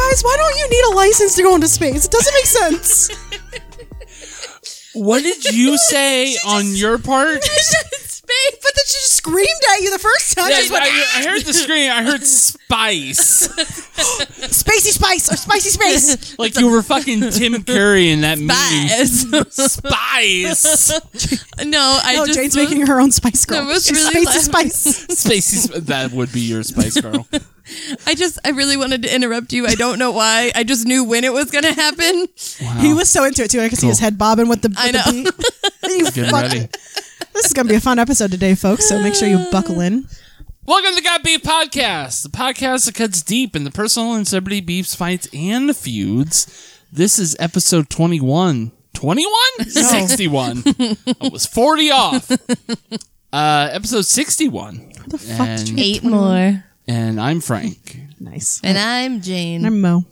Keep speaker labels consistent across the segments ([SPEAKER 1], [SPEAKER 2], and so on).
[SPEAKER 1] you need a license to go into space? It doesn't make sense.
[SPEAKER 2] What did you say on your part?
[SPEAKER 1] space, but then she just screamed at you the first time.
[SPEAKER 2] Yeah,
[SPEAKER 1] She's like,
[SPEAKER 2] I, I heard the scream. I heard spice.
[SPEAKER 1] spacey spice or spicy space.
[SPEAKER 2] Like you were fucking Tim Curry in that movie.
[SPEAKER 3] Spies.
[SPEAKER 2] Spice.
[SPEAKER 3] no, I
[SPEAKER 1] no,
[SPEAKER 3] just
[SPEAKER 1] Jane's making her own spice girl.
[SPEAKER 3] That was
[SPEAKER 1] She's
[SPEAKER 3] really
[SPEAKER 1] spacey
[SPEAKER 3] loud.
[SPEAKER 1] spice.
[SPEAKER 2] Spacey. Sp- that would be your Spice Girl.
[SPEAKER 3] I just I really wanted to interrupt you. I don't know why. I just knew when it was going to happen.
[SPEAKER 1] He was so into it too. I could see his head bobbing with the. With
[SPEAKER 3] I know.
[SPEAKER 1] The beat. You
[SPEAKER 2] Getting
[SPEAKER 1] fuck-
[SPEAKER 2] ready.
[SPEAKER 1] This is gonna be a fun episode today, folks. So make sure you buckle in.
[SPEAKER 2] Welcome to the Got Beef Podcast, the podcast that cuts deep in the personal and celebrity beefs, fights, and feuds. This is episode 21. 21? 61. I was 40 off. Uh, episode 61.
[SPEAKER 1] The fuck did you
[SPEAKER 2] And,
[SPEAKER 3] Eight more.
[SPEAKER 2] and I'm Frank.
[SPEAKER 1] Nice.
[SPEAKER 3] And I'm Jane.
[SPEAKER 1] I'm Mo.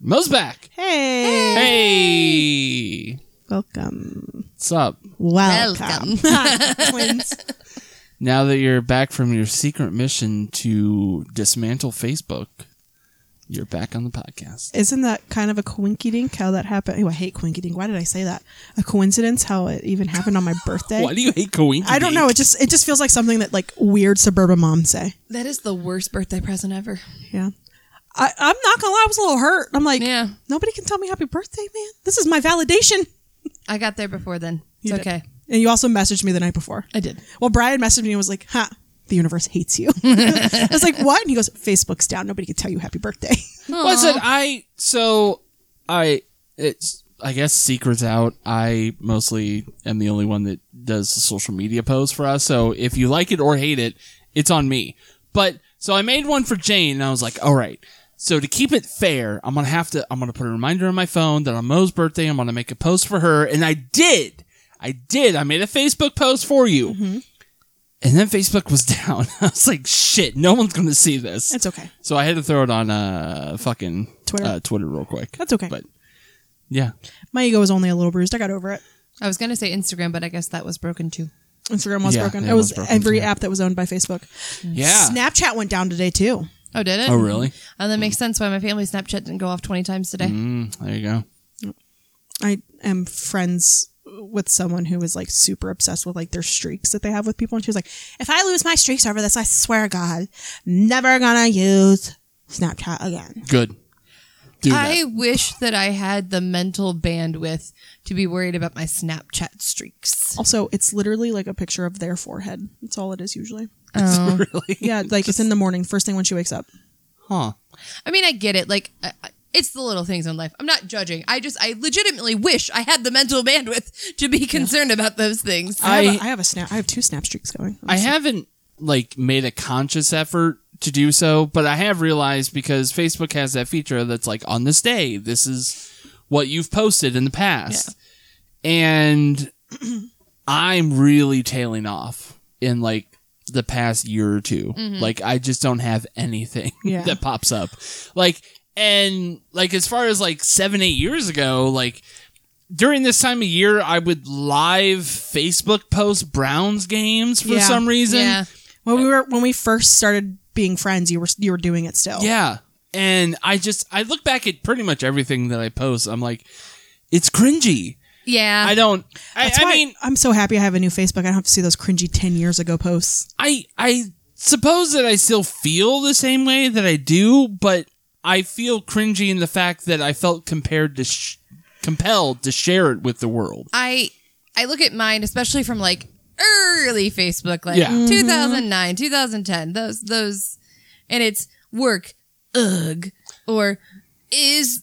[SPEAKER 2] Mo's back.
[SPEAKER 1] Hey.
[SPEAKER 2] Hey.
[SPEAKER 1] Welcome.
[SPEAKER 2] What's up?
[SPEAKER 1] Welcome. Twins.
[SPEAKER 2] Now that you're back from your secret mission to dismantle Facebook, you're back on the podcast.
[SPEAKER 1] Isn't that kind of a coinky dink how that happened? Oh, I hate coinky dink. Why did I say that? A coincidence how it even happened on my birthday?
[SPEAKER 2] Why do you hate coincidence?
[SPEAKER 1] I don't know. It just it just feels like something that like weird suburban moms say.
[SPEAKER 3] That is the worst birthday present ever.
[SPEAKER 1] Yeah. I, I'm not gonna lie, I was a little hurt. I'm like,
[SPEAKER 3] Yeah.
[SPEAKER 1] nobody can tell me happy birthday, man. This is my validation.
[SPEAKER 3] I got there before then. It's
[SPEAKER 1] You did.
[SPEAKER 3] okay.
[SPEAKER 1] And you also messaged me the night before.
[SPEAKER 3] I did.
[SPEAKER 1] Well, Brian messaged me and was like, huh, the universe hates you. I was like, what? And he goes, Facebook's down. Nobody can tell you happy birthday.
[SPEAKER 2] Was it I? So I. It's I guess secrets out. I mostly am the only one that does the social media post for us. So if you like it or hate it, it's on me. But so I made one for Jane, and I was like, all right. So to keep it fair, I'm gonna have to. I'm gonna put a reminder on my phone that on Mo's birthday, I'm gonna make a post for her, and I did. I did. I made a Facebook post for you. And then Facebook was down. I was like, shit, no one's going to see this.
[SPEAKER 1] It's okay.
[SPEAKER 2] So I had to throw it on uh fucking
[SPEAKER 1] Twitter.
[SPEAKER 2] uh, Twitter real quick.
[SPEAKER 1] That's okay.
[SPEAKER 2] But yeah,
[SPEAKER 1] My ego was only a little bruised. I got over it.
[SPEAKER 3] I was going to say Instagram, but I guess that was broken too.
[SPEAKER 1] Instagram was
[SPEAKER 2] Yeah,
[SPEAKER 1] broken.
[SPEAKER 2] yeah,
[SPEAKER 1] It
[SPEAKER 2] it
[SPEAKER 1] was,
[SPEAKER 2] was broken,
[SPEAKER 1] every
[SPEAKER 2] yeah.
[SPEAKER 1] app that was owned by Facebook.
[SPEAKER 2] yeah.
[SPEAKER 1] Snapchat went down today too.
[SPEAKER 3] Oh, did it?
[SPEAKER 2] Oh really?
[SPEAKER 3] And that makes sense why my family Snapchat didn't go off 20 times today.
[SPEAKER 2] Mm, there you go.
[SPEAKER 1] I am friends with someone who is like super obsessed with like their streaks that they have with people, and she was like, "If I lose my streaks over this, I swear to God, never gonna use Snapchat again."
[SPEAKER 2] Good. Do
[SPEAKER 3] I
[SPEAKER 2] that.
[SPEAKER 3] wish that I had the mental bandwidth to be worried about my Snapchat streaks.
[SPEAKER 1] Also, it's literally like a picture of their forehead. That's all it is usually.
[SPEAKER 2] really?
[SPEAKER 1] Yeah, like it's in the morning, first thing when she wakes up.
[SPEAKER 2] Huh.
[SPEAKER 3] I mean, I get it. Like, I- I- it's the little things in life. I'm not judging. I just, I legitimately wish I had the mental bandwidth to be concerned about those things.
[SPEAKER 1] I have,
[SPEAKER 2] I-
[SPEAKER 1] a, I have a snap. I have two snap streaks going.
[SPEAKER 2] I haven't like made a conscious effort to do so, but I have realized because Facebook has that feature that's like on this day, this is what you've posted in the past. And I'm really tailing off in like the past year or 2 Like I just don't have anything
[SPEAKER 1] Yeah.
[SPEAKER 2] that pops up. Like and like as far as like 7 8 years ago, like during this time of year, I would live Facebook post Browns games for
[SPEAKER 1] Yeah.
[SPEAKER 2] some reason.
[SPEAKER 3] yeah.
[SPEAKER 1] when we were when we first started being friends, you were you were doing it still.
[SPEAKER 2] Yeah. And I just I look back at pretty much everything that I post. I'm like, it's cringy.
[SPEAKER 3] Yeah.
[SPEAKER 2] I don't. I,
[SPEAKER 1] That's
[SPEAKER 2] I
[SPEAKER 1] why
[SPEAKER 2] mean,
[SPEAKER 1] I'm so happy I have a new Facebook. I don't have to see those cringy ten years ago posts.
[SPEAKER 2] I I suppose that I still feel the same way that I do, but I feel cringy in the fact that I felt compared to sh- compelled to share it with the world.
[SPEAKER 3] I I look at mine, especially from like early Facebook, like
[SPEAKER 2] Yeah.
[SPEAKER 3] 2009, 2010. Those those, and it's work. Ugh, or is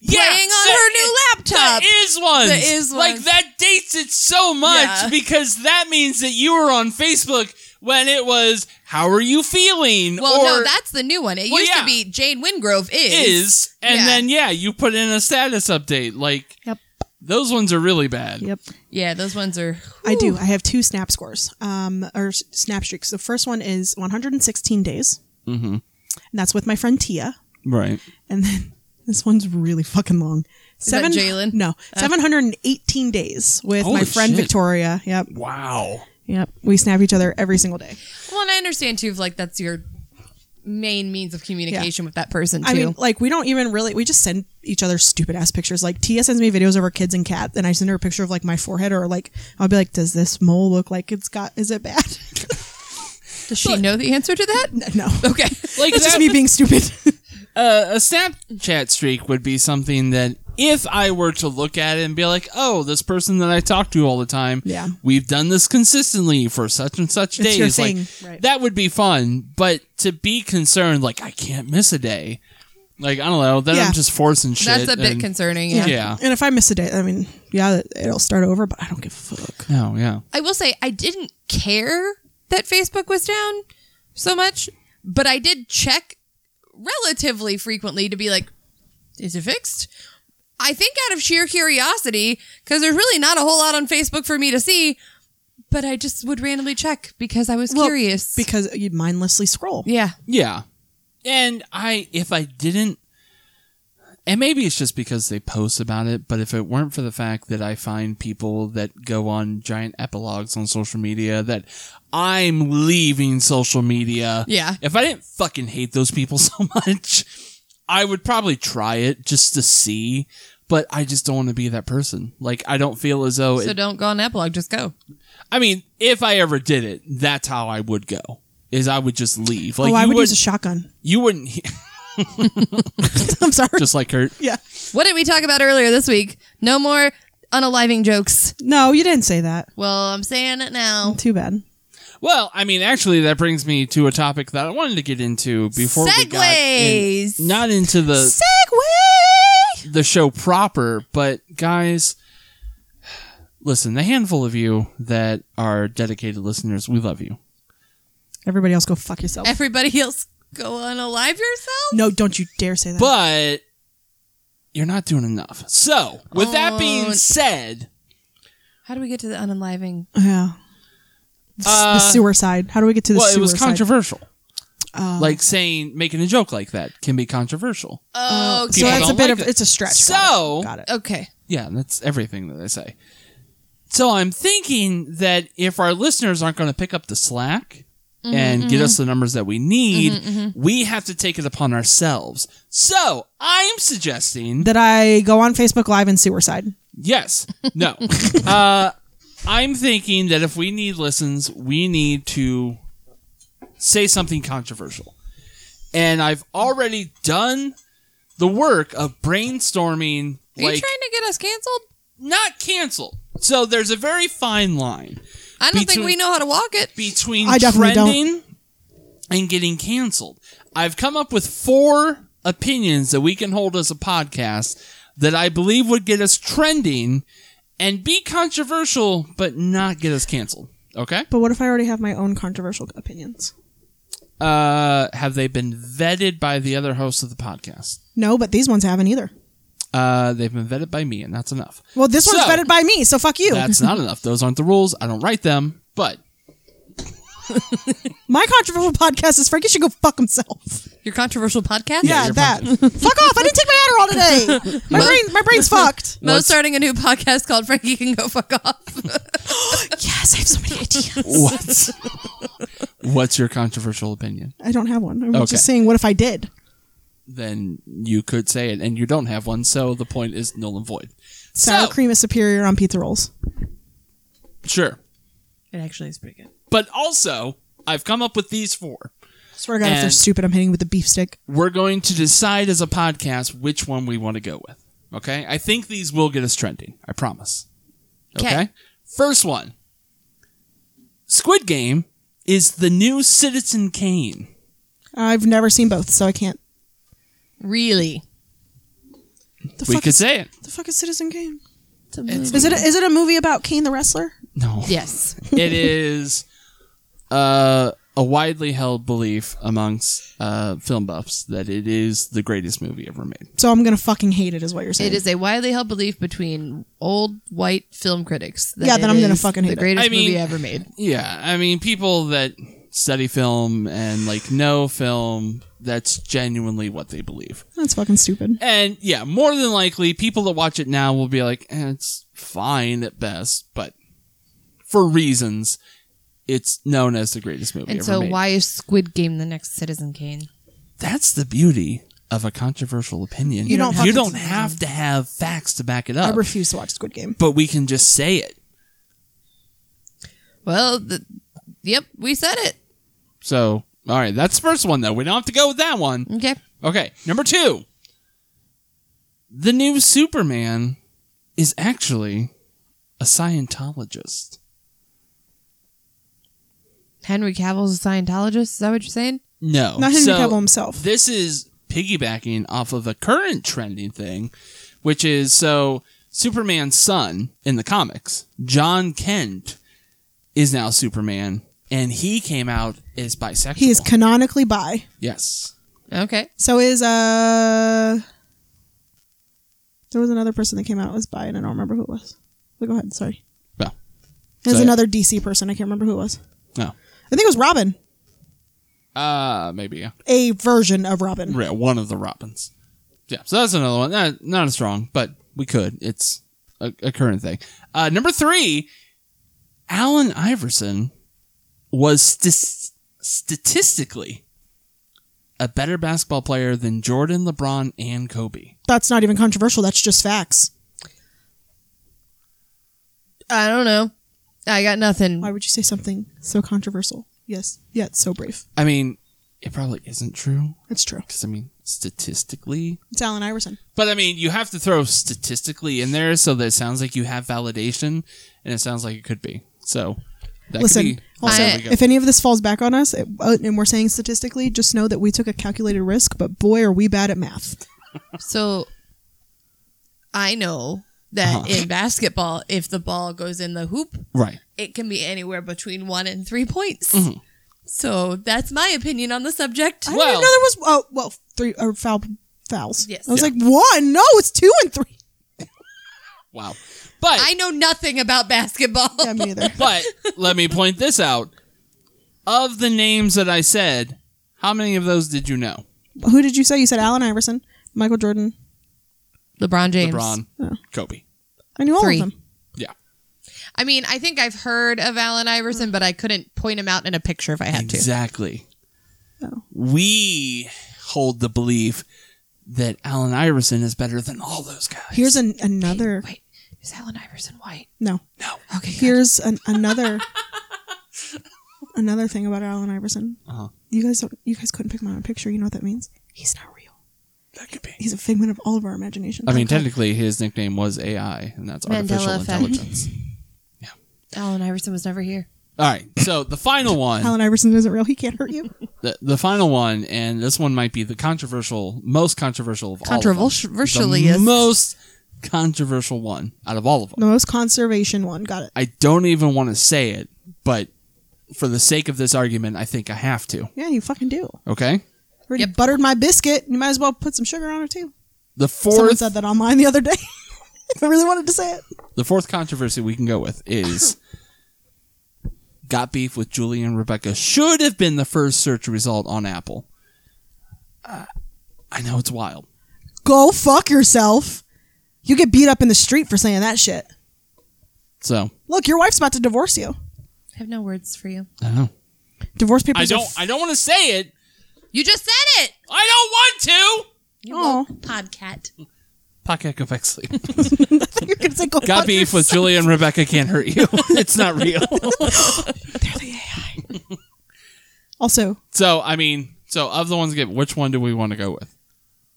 [SPEAKER 2] Yeah,
[SPEAKER 3] playing on
[SPEAKER 2] that
[SPEAKER 3] her new
[SPEAKER 2] is-
[SPEAKER 3] laptop.
[SPEAKER 2] That is one.
[SPEAKER 3] That is
[SPEAKER 2] Like
[SPEAKER 3] ones.
[SPEAKER 2] that dates it so much
[SPEAKER 3] Yeah.
[SPEAKER 2] because that means that you were on Facebook when it was how are you feeling?
[SPEAKER 3] well,
[SPEAKER 2] or-
[SPEAKER 3] no, that's the new one. It
[SPEAKER 2] Well,
[SPEAKER 3] used
[SPEAKER 2] yeah.
[SPEAKER 3] to be Jane Wingrove is.
[SPEAKER 2] is and
[SPEAKER 3] Yeah.
[SPEAKER 2] then yeah you put in a status update like
[SPEAKER 1] Yep.
[SPEAKER 2] those ones are really bad
[SPEAKER 1] Yep.
[SPEAKER 3] Yeah, those ones are.
[SPEAKER 1] I do. I have two snap scores, um, or s- snap streaks. The first one is 116 days, mm-hmm. and that's with my friend Tia.
[SPEAKER 2] right
[SPEAKER 1] And then this one's really fucking long.
[SPEAKER 3] that Jalen?
[SPEAKER 1] No, 718 days with
[SPEAKER 2] Holy
[SPEAKER 1] my friend
[SPEAKER 2] shit.
[SPEAKER 1] Victoria. Yep,
[SPEAKER 2] wow
[SPEAKER 1] yep. We snap each other every single day.
[SPEAKER 3] Well, and I understand too if like that's your main means of communication with that person too.
[SPEAKER 1] I mean, like we don't even really. We just send each other stupid ass pictures. Like Tia sends me videos of her kids and cat, and I send her a picture of like my forehead, or like I'll be like, "Does this mole look like it's got? Is it bad?"
[SPEAKER 3] Does she know the answer to that?
[SPEAKER 1] no,
[SPEAKER 3] Okay.
[SPEAKER 2] Like
[SPEAKER 1] it's just
[SPEAKER 2] that-
[SPEAKER 1] me being stupid.
[SPEAKER 2] a, a Snapchat streak would be something that if I were to look at it and be like, "Oh, this person that I talk to all the time,
[SPEAKER 1] Yeah.
[SPEAKER 2] we've done this consistently for such and such
[SPEAKER 1] It's
[SPEAKER 2] days,"
[SPEAKER 1] your
[SPEAKER 2] like
[SPEAKER 1] thing, right.
[SPEAKER 2] that would be fun. But to be concerned, like I can't miss a day, like I don't know, then
[SPEAKER 1] Yeah.
[SPEAKER 2] I'm just forcing shit.
[SPEAKER 3] That's a bit
[SPEAKER 2] and-
[SPEAKER 3] concerning. Yeah.
[SPEAKER 2] Yeah.
[SPEAKER 1] and if I miss a day, I mean, yeah, it'll start over, but I don't give a fuck.
[SPEAKER 2] Oh yeah,
[SPEAKER 3] I will say I didn't care that Facebook was down so much, but I did check relatively frequently to be like, is it fixed? I think out of sheer curiosity, because there's really not a whole lot on Facebook for me to see, but I just would randomly check because I was curious.
[SPEAKER 1] because you mindlessly scroll.
[SPEAKER 3] yeah.
[SPEAKER 2] yeah. And I, if I didn't, and maybe it's just because they post about it, but if it weren't for the fact that I find people that go on giant epilogues on social media that I'm leaving social media.
[SPEAKER 3] Yeah.
[SPEAKER 2] If I didn't fucking hate those people so much, I would probably try it just to see, but I just don't want to be that person. Like, I don't feel as though
[SPEAKER 3] So
[SPEAKER 2] it,
[SPEAKER 3] don't go on epilogue, just go.
[SPEAKER 2] I mean, if I ever did it, that's how I would go. Is I would just leave. Like
[SPEAKER 1] oh, I
[SPEAKER 2] you
[SPEAKER 1] would,
[SPEAKER 2] would,
[SPEAKER 1] use a shotgun.
[SPEAKER 2] you wouldn't he-
[SPEAKER 1] I'm sorry.
[SPEAKER 2] just like Kurt.
[SPEAKER 1] yeah.
[SPEAKER 3] What did we talk about earlier this week? No more unaliving jokes.
[SPEAKER 1] No, you didn't say that.
[SPEAKER 3] Well, I'm saying it now.
[SPEAKER 1] Too bad.
[SPEAKER 2] Well, I mean, actually, that brings me to a topic that I wanted to get into before we got in-
[SPEAKER 3] Segways.
[SPEAKER 2] not into the
[SPEAKER 3] Segway!
[SPEAKER 2] the show proper, but guys, listen, the handful of you that are dedicated listeners, we love you.
[SPEAKER 1] Everybody else, go fuck yourself.
[SPEAKER 3] Everybody else go unalive yourself?
[SPEAKER 1] no, don't you dare say that.
[SPEAKER 2] But you're not doing enough. So, with that being
[SPEAKER 3] Oh.
[SPEAKER 2] said,
[SPEAKER 3] How do we get to the unenliving?
[SPEAKER 1] yeah. The, s- the
[SPEAKER 2] Uh,
[SPEAKER 1] sewer side. How do we get to the
[SPEAKER 2] well, it
[SPEAKER 1] sewer
[SPEAKER 2] was
[SPEAKER 1] side?
[SPEAKER 2] controversial.
[SPEAKER 1] Oh.
[SPEAKER 2] Like saying making a joke like that can be controversial.
[SPEAKER 3] Oh,
[SPEAKER 1] so
[SPEAKER 2] people
[SPEAKER 1] that's a
[SPEAKER 2] don't
[SPEAKER 1] bit
[SPEAKER 2] like
[SPEAKER 1] of
[SPEAKER 2] it.
[SPEAKER 1] it's a stretch.
[SPEAKER 2] So-
[SPEAKER 1] got it. Got it.
[SPEAKER 3] Okay.
[SPEAKER 2] Yeah, that's everything that I say. So I'm thinking that if our listeners aren't going to pick up the slack
[SPEAKER 3] Mm-hmm,
[SPEAKER 2] and get us the numbers that we need, we have to take it upon ourselves. So I'm suggesting
[SPEAKER 1] That I go on Facebook Live and sewer side.
[SPEAKER 2] Yes. No. uh, I'm thinking that if we need listens, we need to say something controversial. And I've already done the work of brainstorming,
[SPEAKER 3] Are you trying
[SPEAKER 2] like,
[SPEAKER 3] to get us canceled?
[SPEAKER 2] not canceled. So there's a very fine line
[SPEAKER 3] I don't think
[SPEAKER 2] Between-
[SPEAKER 3] we know how to walk it.
[SPEAKER 2] between
[SPEAKER 1] I definitely don't.
[SPEAKER 2] trending and getting canceled. I've come up with four opinions that we can hold as a podcast that I believe would get us trending and be controversial, but not get us canceled. Okay.
[SPEAKER 1] But what if I already have my own controversial opinions?
[SPEAKER 2] Uh, have they been vetted by the other hosts of the podcast?
[SPEAKER 1] No, but these ones haven't either.
[SPEAKER 2] Uh, they've been vetted by me, and that's enough.
[SPEAKER 1] Well, this one's
[SPEAKER 2] So-
[SPEAKER 1] vetted by me, so fuck you.
[SPEAKER 2] That's not enough. Those aren't the rules. I don't write them. But
[SPEAKER 1] My controversial podcast is Frankie should go fuck himself.
[SPEAKER 3] Your controversial podcast?
[SPEAKER 1] Yeah,
[SPEAKER 2] you're
[SPEAKER 1] that. fuck off! I didn't take my Adderall today. My brain, my brain's fucked.
[SPEAKER 3] Mo's starting a new podcast called Frankie Can Go Fuck Off.
[SPEAKER 1] Yes, I have so many ideas.
[SPEAKER 2] what's what's your controversial opinion?
[SPEAKER 1] I don't have one. I'm
[SPEAKER 2] Okay.
[SPEAKER 1] just saying, what if I did?
[SPEAKER 2] then you could say it, and you don't have one, so the point is null and void.
[SPEAKER 1] Sour
[SPEAKER 2] So-
[SPEAKER 1] cream is superior on pizza rolls.
[SPEAKER 2] Sure.
[SPEAKER 3] It actually is pretty good.
[SPEAKER 2] But also, I've come up with these four.
[SPEAKER 1] swear to God, if they're
[SPEAKER 2] And-
[SPEAKER 1] stupid, I'm hitting with a beef stick.
[SPEAKER 2] We're going to decide as a podcast which one we want to go with. Okay? I think these will get us trending. I promise. Okay?
[SPEAKER 3] 'Kay.
[SPEAKER 2] First one Squid Game is the new Citizen Kane.
[SPEAKER 1] I've never seen both, so I can't.
[SPEAKER 3] Really?
[SPEAKER 1] The
[SPEAKER 2] We
[SPEAKER 1] fuck
[SPEAKER 2] could
[SPEAKER 1] is,
[SPEAKER 2] say it.
[SPEAKER 1] the fuck is Citizen Kane?
[SPEAKER 3] It's a movie.
[SPEAKER 1] Is it a, is it a movie about Kane the wrestler?
[SPEAKER 2] No.
[SPEAKER 3] yes.
[SPEAKER 2] it is uh, a widely held belief amongst uh, film buffs that it is the greatest movie ever made.
[SPEAKER 1] So I'm gonna fucking hate it, is what you're saying.
[SPEAKER 3] It is a widely held belief between old white film critics. That
[SPEAKER 1] Yeah,
[SPEAKER 3] it
[SPEAKER 1] then I'm gonna
[SPEAKER 3] is
[SPEAKER 1] fucking hate
[SPEAKER 3] the
[SPEAKER 1] it.
[SPEAKER 3] greatest
[SPEAKER 2] I mean-
[SPEAKER 3] movie ever made.
[SPEAKER 2] Yeah, I mean, people that study film and like know film, that's genuinely what they believe.
[SPEAKER 1] That's fucking stupid.
[SPEAKER 2] And yeah, more than likely, people that watch it now will be like, eh, it's fine at best, but for reasons, it's known as the greatest movie
[SPEAKER 3] And
[SPEAKER 2] ever
[SPEAKER 3] so,
[SPEAKER 2] made.
[SPEAKER 3] why is Squid Game the next Citizen Kane?
[SPEAKER 2] That's the beauty of a controversial opinion.
[SPEAKER 1] You don't
[SPEAKER 2] you
[SPEAKER 1] have to-
[SPEAKER 2] don't have to have facts to back it
[SPEAKER 1] I
[SPEAKER 3] Oh.
[SPEAKER 2] up,
[SPEAKER 1] refuse to watch Squid Game.
[SPEAKER 2] but we can just say it.
[SPEAKER 3] Well, the, yep, we said it.
[SPEAKER 2] So, all right, that's the first one though. We don't have to go with that one.
[SPEAKER 3] Okay.
[SPEAKER 2] Okay, number two. The new Superman is actually a Scientologist.
[SPEAKER 3] Henry Cavill's a Scientologist. Is that what you're saying?
[SPEAKER 2] No,
[SPEAKER 1] Not Henry
[SPEAKER 2] so
[SPEAKER 1] Cavill himself.
[SPEAKER 2] This is piggybacking off of a current trending thing, which is so Superman's son in the comics, John Kent, is now Superman, and he came out as bisexual.
[SPEAKER 1] He is canonically bi.
[SPEAKER 2] yes.
[SPEAKER 3] Okay.
[SPEAKER 1] So is uh there was another person that came out as bi and I don't remember who it was. But go ahead, sorry.
[SPEAKER 2] Well,
[SPEAKER 1] There's
[SPEAKER 2] So-
[SPEAKER 1] another DC person, I can't remember who it was.
[SPEAKER 2] no.
[SPEAKER 1] I think it was Robin.
[SPEAKER 2] Uh, maybe yeah.
[SPEAKER 1] A version of Robin.
[SPEAKER 2] Yeah, one of the Robins. Yeah, so that's another one. Not, not as strong, but we could. It's a, a current thing. Uh, number three, Alan Iverson was stis- statistically a better basketball player than Jordan, LeBron, and Kobe.
[SPEAKER 1] That's not even controversial, that's just facts.
[SPEAKER 3] I don't know. I got nothing.
[SPEAKER 1] Why would you say something so controversial? Yes. Yeah, it's so brief.
[SPEAKER 2] I mean, it probably isn't true
[SPEAKER 1] It's true.
[SPEAKER 2] because I mean, statistically.
[SPEAKER 1] It's Alan Iverson.
[SPEAKER 2] But I mean, you have to throw statistically in there so that it sounds like you have validation, and it sounds like it could be. So that could
[SPEAKER 1] Listen,
[SPEAKER 2] be.
[SPEAKER 1] also,
[SPEAKER 2] there we go.
[SPEAKER 1] if any of this falls back on us it, uh, and we're saying statistically, just know that we took a calculated risk, but boy, are we bad at math.
[SPEAKER 3] So I know that
[SPEAKER 1] Uh-huh.
[SPEAKER 3] in basketball, if the ball goes in the hoop,
[SPEAKER 2] right.
[SPEAKER 3] it can be anywhere between one and three points.
[SPEAKER 1] Mm-hmm.
[SPEAKER 3] So that's my opinion on the subject.
[SPEAKER 1] I
[SPEAKER 2] Well-
[SPEAKER 1] didn't know there was. Oh, well, three or foul fouls.
[SPEAKER 3] Yes.
[SPEAKER 1] I was
[SPEAKER 2] Yeah.
[SPEAKER 1] like one. No, it's two and three.
[SPEAKER 2] Wow. But
[SPEAKER 3] I know nothing about basketball.
[SPEAKER 1] Yeah, me neither.
[SPEAKER 2] but let me point this out. Of the names that I said, how many of those did you know?
[SPEAKER 1] Who did you say? You said Allen Iverson, Michael Jordan.
[SPEAKER 3] LeBron James.
[SPEAKER 2] LeBron,
[SPEAKER 1] Oh.
[SPEAKER 2] Kobe.
[SPEAKER 1] I knew all
[SPEAKER 3] Three.
[SPEAKER 1] of them.
[SPEAKER 2] Yeah.
[SPEAKER 3] I mean, I think I've heard of Allen Iverson, but I couldn't point him out in a picture if I had to.
[SPEAKER 2] Exactly.
[SPEAKER 1] Oh.
[SPEAKER 2] We hold the belief that Allen Iverson is better than all those guys.
[SPEAKER 1] Here's an, another.
[SPEAKER 3] Wait, is Allen Iverson white?
[SPEAKER 1] No.
[SPEAKER 2] no.
[SPEAKER 3] Okay. good.
[SPEAKER 1] Here's an, another. another thing about Allen Iverson.
[SPEAKER 2] Uh-huh.
[SPEAKER 1] You guys don't. You guys couldn't pick my own picture. You know what that means? He's not real.
[SPEAKER 2] That could be.
[SPEAKER 1] He's a figment of all of our imagination.
[SPEAKER 2] I mean, technically, his nickname was AI, and that's artificial
[SPEAKER 3] Mandela effect.
[SPEAKER 2] intelligence.
[SPEAKER 3] Allen Iverson was never here.
[SPEAKER 2] All right. So the final one.
[SPEAKER 1] Allen Iverson isn't real. He can't hurt you.
[SPEAKER 2] the, the final one, and this one might be the controversial, most controversial of all. of them.
[SPEAKER 3] Controversially
[SPEAKER 2] the
[SPEAKER 3] is-
[SPEAKER 2] most controversial one out of all of them.
[SPEAKER 1] The most conservation one. Got it.
[SPEAKER 2] I don't even want to say it, but for the sake of this argument, I think I have to.
[SPEAKER 1] Yeah, you fucking do.
[SPEAKER 2] Okay.
[SPEAKER 1] Already
[SPEAKER 3] Yep.
[SPEAKER 1] buttered my biscuit. You might as well put some sugar on it too.
[SPEAKER 2] The
[SPEAKER 1] Someone
[SPEAKER 2] fourth,
[SPEAKER 1] said that online the other day. I really wanted to say it.
[SPEAKER 2] the fourth controversy we can go with is got beef with Julie and Rebecca should have been the first search result on Apple. Uh, I know it's wild.
[SPEAKER 1] Go fuck yourself. You get beat up in the street for saying that shit.
[SPEAKER 2] So
[SPEAKER 1] Look, your wife's about to divorce you.
[SPEAKER 3] I have no words for you.
[SPEAKER 2] I don't know.
[SPEAKER 1] Divorce papers.
[SPEAKER 2] I
[SPEAKER 1] are
[SPEAKER 2] don't.
[SPEAKER 1] f-
[SPEAKER 2] I don't want to say it.
[SPEAKER 3] You just said it.
[SPEAKER 2] I don't want to.
[SPEAKER 3] You
[SPEAKER 1] Aw.
[SPEAKER 3] woke podcat.
[SPEAKER 2] Pocket go back sleep.
[SPEAKER 1] You're gonna say go
[SPEAKER 2] Got
[SPEAKER 1] fuck
[SPEAKER 2] beef with
[SPEAKER 1] yourself.
[SPEAKER 2] Julie and Rebecca can't hurt you. it's not real.
[SPEAKER 1] Also,
[SPEAKER 2] So I mean, so of the ones given, which one do we want to go with?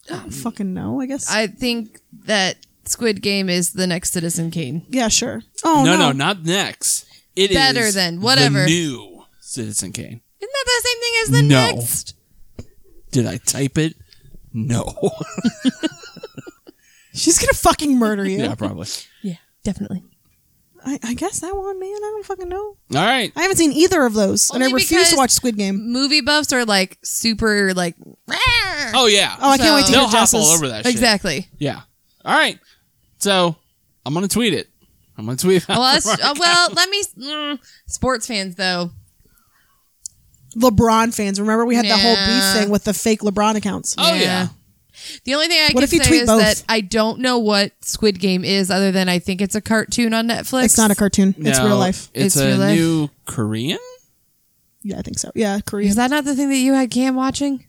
[SPEAKER 1] I don't fucking no. I guess.
[SPEAKER 3] I think that Squid Game is the next Citizen Kane.
[SPEAKER 1] yeah, sure. Oh
[SPEAKER 2] no,
[SPEAKER 1] no,
[SPEAKER 2] no, not next. It is
[SPEAKER 3] Better than whatever.
[SPEAKER 2] the new Citizen Kane.
[SPEAKER 3] Isn't that the same thing as the
[SPEAKER 2] No.
[SPEAKER 3] next?
[SPEAKER 2] Did I type it? No.
[SPEAKER 1] She's gonna fucking murder you.
[SPEAKER 2] yeah, probably.
[SPEAKER 3] Yeah, definitely.
[SPEAKER 1] I, I guess that one, man. I don't fucking know.
[SPEAKER 2] All right.
[SPEAKER 1] I haven't seen either of those, and I
[SPEAKER 3] Only
[SPEAKER 1] refuse to
[SPEAKER 3] because-
[SPEAKER 1] watch Squid Game.
[SPEAKER 3] Movie buffs are like super like. "Rawr."
[SPEAKER 2] Oh yeah.
[SPEAKER 1] Oh, I can't wait to
[SPEAKER 3] So-
[SPEAKER 2] They'll
[SPEAKER 1] hear
[SPEAKER 2] hop
[SPEAKER 1] Jess's.
[SPEAKER 2] all over that. shit.
[SPEAKER 3] exactly.
[SPEAKER 2] Yeah. All right. So I'm gonna tweet it. I'm gonna tweet.
[SPEAKER 3] Well,
[SPEAKER 2] out
[SPEAKER 3] us- uh, well, let me. mm, sports fans though.
[SPEAKER 1] LeBron fans. Remember we had that whole
[SPEAKER 3] Yeah.
[SPEAKER 1] beef thing with the fake LeBron accounts.
[SPEAKER 2] Oh yeah.
[SPEAKER 3] Yeah. The only thing I
[SPEAKER 1] What
[SPEAKER 3] can
[SPEAKER 1] if you
[SPEAKER 3] say
[SPEAKER 1] tweet
[SPEAKER 3] is
[SPEAKER 1] both?
[SPEAKER 3] that I don't know what Squid Game is, other than I think it's a cartoon on Netflix.
[SPEAKER 1] It's not a cartoon. It's
[SPEAKER 2] No,
[SPEAKER 1] real life.
[SPEAKER 2] It's,
[SPEAKER 3] It's
[SPEAKER 2] a
[SPEAKER 3] real life.
[SPEAKER 2] new Korean.
[SPEAKER 1] Yeah, I think so. Yeah, Korea.
[SPEAKER 3] Is that not the thing that you had Cam watching?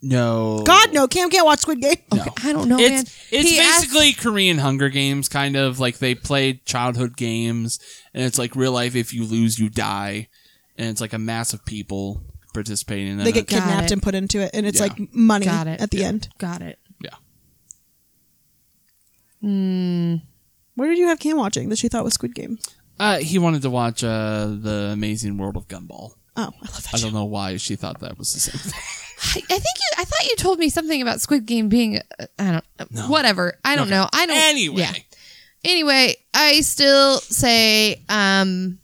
[SPEAKER 2] No.
[SPEAKER 1] God, no, Cam can't watch Squid Game.
[SPEAKER 3] Okay, I don't know, Oh, man.
[SPEAKER 2] It's it's
[SPEAKER 3] He asked-
[SPEAKER 2] basically Korean Hunger Games, kind of like they play childhood games, and it's like real life. If you lose, you die, and it's like a mass of people participating. in
[SPEAKER 1] They
[SPEAKER 2] it.
[SPEAKER 1] get
[SPEAKER 3] Got
[SPEAKER 1] kidnapped
[SPEAKER 3] it.
[SPEAKER 1] and put into it, and it's
[SPEAKER 2] Yeah.
[SPEAKER 1] like money
[SPEAKER 3] Got it.
[SPEAKER 1] at the end.
[SPEAKER 3] got it.
[SPEAKER 2] yeah,
[SPEAKER 1] What did you have Cam watching that she thought was Squid Game?
[SPEAKER 2] uh, he wanted to watch uh, the Amazing World of Gumball.
[SPEAKER 1] Oh, I love that.
[SPEAKER 2] I
[SPEAKER 1] show.
[SPEAKER 2] don't know why she thought that was the same thing.
[SPEAKER 3] I, I think you, I thought you told me something about Squid Game being. Uh, I don't. uh, Whatever. I don't
[SPEAKER 2] Okay.
[SPEAKER 3] know. I don't.
[SPEAKER 2] Anyway,
[SPEAKER 3] Oh, yeah. Anyway, I still say. um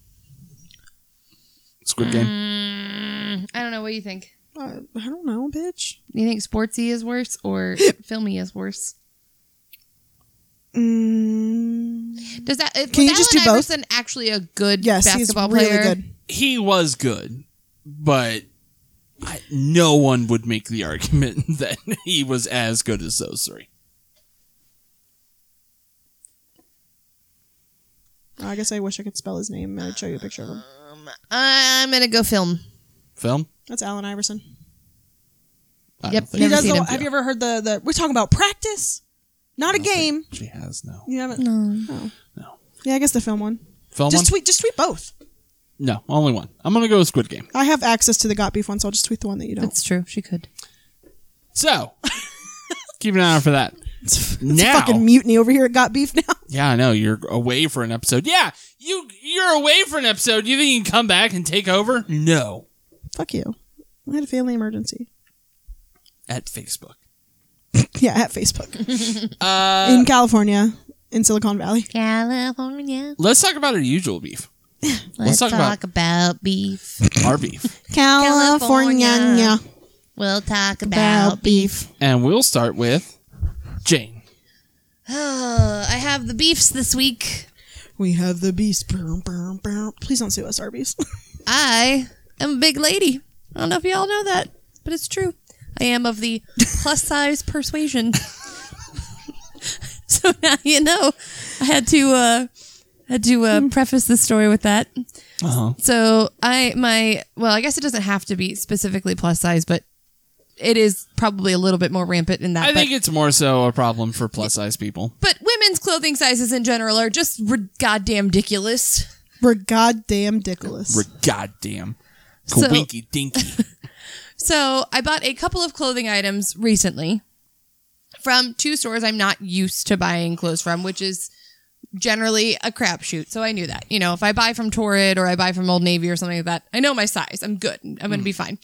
[SPEAKER 2] Squid Game.
[SPEAKER 3] Mm. I don't know. What do you think?
[SPEAKER 1] Uh, I don't know, bitch.
[SPEAKER 3] You think sportsy is worse or filmy is worse?
[SPEAKER 1] Mm,
[SPEAKER 3] Does that? If,
[SPEAKER 1] Can
[SPEAKER 3] was
[SPEAKER 1] you just
[SPEAKER 3] Allen
[SPEAKER 1] do both?
[SPEAKER 3] Iverson actually a good
[SPEAKER 1] yes, he's
[SPEAKER 3] basketball
[SPEAKER 1] really
[SPEAKER 3] player?
[SPEAKER 1] good.
[SPEAKER 2] He was good, but. I, no one would make the argument that he was as good as those three.
[SPEAKER 1] I guess I wish I could spell his name. I'd show you a picture of him.
[SPEAKER 3] I'm gonna go film.
[SPEAKER 2] Film?
[SPEAKER 1] That's Alan Iverson.
[SPEAKER 2] I
[SPEAKER 3] Yep,
[SPEAKER 2] don't
[SPEAKER 1] He
[SPEAKER 2] think
[SPEAKER 3] Never
[SPEAKER 1] does.
[SPEAKER 3] seen
[SPEAKER 1] The,
[SPEAKER 3] him.
[SPEAKER 1] have you ever heard the the? We're talking about practice, not a game.
[SPEAKER 2] she has no.
[SPEAKER 1] You haven't.
[SPEAKER 3] No.
[SPEAKER 1] Oh.
[SPEAKER 2] No.
[SPEAKER 1] Yeah, I guess the film one.
[SPEAKER 2] Film
[SPEAKER 1] just
[SPEAKER 2] one?
[SPEAKER 1] tweet. Just tweet both.
[SPEAKER 2] No, only one. I'm gonna go with Squid Game.
[SPEAKER 1] I have access to the got beef one, so I'll just tweet the one that you don't.
[SPEAKER 3] That's true. She could.
[SPEAKER 2] So keep an eye out for that.
[SPEAKER 1] It's,
[SPEAKER 2] Now-
[SPEAKER 1] a fucking mutiny over here at got beef now.
[SPEAKER 2] Yeah, I know you're away for an episode. Yeah, you you're away for an episode. You think you can come back and take over? No,
[SPEAKER 1] Fuck you. I had a family emergency.
[SPEAKER 2] at Facebook.
[SPEAKER 1] Yeah, at Facebook
[SPEAKER 2] Uh,
[SPEAKER 1] in California, in Silicon Valley.
[SPEAKER 3] California.
[SPEAKER 2] let's talk about our usual beef,
[SPEAKER 3] Let's,
[SPEAKER 2] talk about-
[SPEAKER 3] about, beef.
[SPEAKER 2] our beef,
[SPEAKER 1] California.
[SPEAKER 3] California. We'll talk
[SPEAKER 1] About beef.
[SPEAKER 2] and we'll start with Jane.
[SPEAKER 3] Oh, I have the beefs this week.
[SPEAKER 1] We have the beast. Brr, brr, brr. Please don't sue us, Arby's.
[SPEAKER 3] I am a big lady. I don't know if y'all know that, but it's true. I am of the plus size persuasion. so now you know. I had to uh had to
[SPEAKER 2] Hmm.
[SPEAKER 3] uh, preface the story with that.
[SPEAKER 2] Uh huh.
[SPEAKER 3] So I my well, I guess it doesn't have to be specifically plus size, but it is probably a little bit more rampant in that.
[SPEAKER 2] I
[SPEAKER 3] but-
[SPEAKER 2] think it's more so a problem for plus size people.
[SPEAKER 3] but women's clothing sizes in general are just rid- goddamn ridiculous.
[SPEAKER 1] We're goddamn dickless.
[SPEAKER 2] We're goddamn
[SPEAKER 3] So-
[SPEAKER 2] kawinky dinky.
[SPEAKER 3] So I bought a couple of clothing items recently from two stores I'm not used to buying clothes from, which is generally a crapshoot. So I knew that. You know, if I buy from Torrid or I buy from Old Navy or something like that, I know my size. I'm good. I'm going to be fine.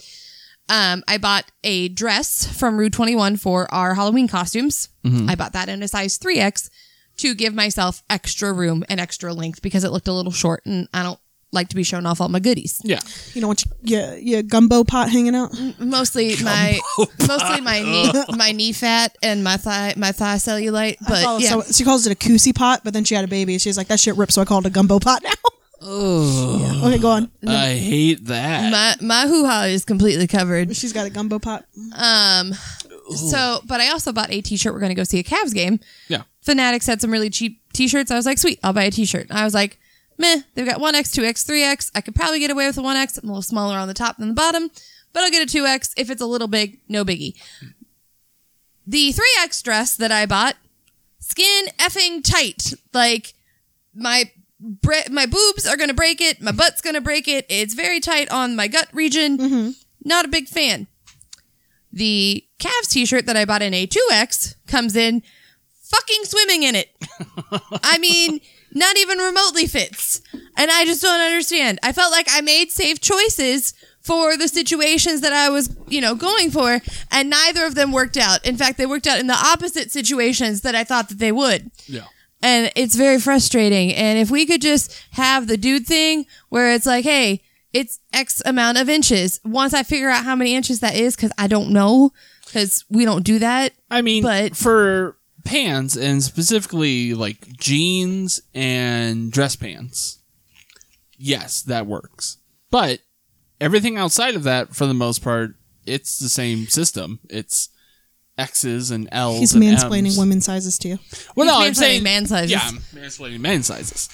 [SPEAKER 3] Um, I bought a dress from Rue 21 for our Halloween costumes. I bought that in a size 3X to give myself extra room and extra length because it looked a little short and I don't like to be showing off all my goodies
[SPEAKER 2] yeah.
[SPEAKER 1] You don't want your, your, your gumbo pot hanging out?
[SPEAKER 3] mostly my mostly my knee my knee fat and my thigh my thigh cellulite but
[SPEAKER 1] Oh,
[SPEAKER 3] yeah
[SPEAKER 1] so she calls it a koosie pot, but then she had a baby. She's like, that shit rips, so I call it a gumbo pot now.
[SPEAKER 2] Oh,
[SPEAKER 1] okay, go on.
[SPEAKER 2] I hate that.
[SPEAKER 3] my my hoo-ha is completely covered
[SPEAKER 1] She's got a gumbo pot.
[SPEAKER 3] um so but i also bought a t-shirt we're going to go see a Cavs game
[SPEAKER 2] yeah.
[SPEAKER 3] fanatics had some really cheap t-shirts i was like sweet i'll buy a t-shirt i was like meh they've got 1x 2x 3x i could probably get away with a 1x i'm a little smaller on the top than the bottom but i'll get a 2x if it's a little big no biggie the 3x dress that i bought skin effing tight like my bre- my boobs are gonna break it my butt's gonna break it it's very tight on my gut region not a big fan the Cavs t-shirt that i bought in a 2x comes in fucking swimming in it i mean not even remotely fits and i just don't understand i felt like i made safe choices for the situations that i was you know going for and neither of them worked out in fact they worked out in the opposite situations that i thought that they would
[SPEAKER 2] Yeah.
[SPEAKER 3] and it's very frustrating. And if we could just have the dude thing where it's like, hey, it's X amount of inches. Once I figure out how many inches that is, because I don't know, because we don't do that.
[SPEAKER 2] I mean,
[SPEAKER 3] But-
[SPEAKER 2] for pants and specifically like jeans and dress pants, yes, that works. But everything outside of that, for the most part, it's the same system. It's X's and L's.
[SPEAKER 1] He's
[SPEAKER 2] and
[SPEAKER 1] mansplaining
[SPEAKER 2] M's.
[SPEAKER 1] women's sizes to you.
[SPEAKER 2] Well, no,
[SPEAKER 3] He's
[SPEAKER 2] I'm
[SPEAKER 3] mansplaining
[SPEAKER 2] saying
[SPEAKER 3] man sizes.
[SPEAKER 2] Yeah, I'm mansplaining man sizes.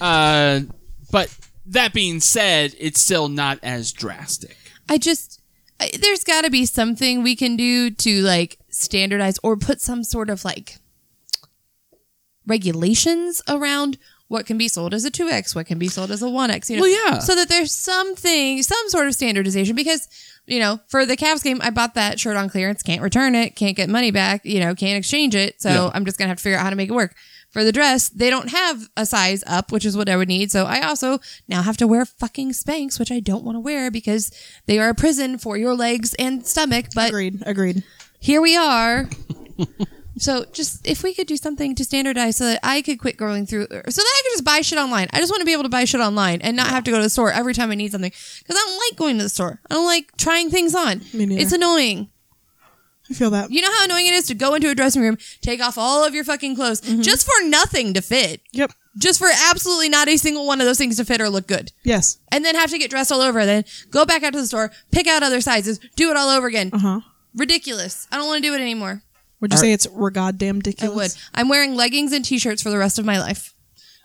[SPEAKER 2] Uh, but that being said, it's still not as drastic.
[SPEAKER 3] I just, I- there's got to be something we can do to like standardize or put some sort of like regulations around what can be sold as a 2x what can be sold as a 1x you know
[SPEAKER 2] Well, yeah.
[SPEAKER 3] so that there's something some sort of standardization because you know for the Cavs game I bought that shirt on clearance can't return it can't get money back you know can't exchange it so
[SPEAKER 2] Yeah.
[SPEAKER 3] I'm just gonna have to figure out how to make it work for the dress they don't have a size up which is what I would need so I also now have to wear fucking Spanx which I don't want to wear because they are a prison for your legs and stomach but
[SPEAKER 1] Agreed. Agreed.
[SPEAKER 3] here we are. so just if we could do something to standardize so that I could quit going through, so that I could just buy shit online. I just want to be able to buy shit online and not have to go to the store every time I need something because I don't like going to the store. I don't like trying things on.
[SPEAKER 1] Me neither.
[SPEAKER 3] It's annoying.
[SPEAKER 1] I feel that.
[SPEAKER 3] You know how annoying it is to go into a dressing room, take off all of your fucking clothes
[SPEAKER 1] Mm-hmm.
[SPEAKER 3] just for nothing to fit,
[SPEAKER 1] Yep.
[SPEAKER 3] just for absolutely not a single one of those things to fit or look good.
[SPEAKER 1] Yes.
[SPEAKER 3] And then have to get dressed all over, then go back out to the store, pick out other sizes, do it all over again.
[SPEAKER 1] Uh huh.
[SPEAKER 3] Ridiculous. I don't want to do it anymore.
[SPEAKER 1] Would you say it's we're goddamn
[SPEAKER 3] I
[SPEAKER 1] ridiculous?
[SPEAKER 3] would. I'm wearing leggings and t-shirts for the rest of my life.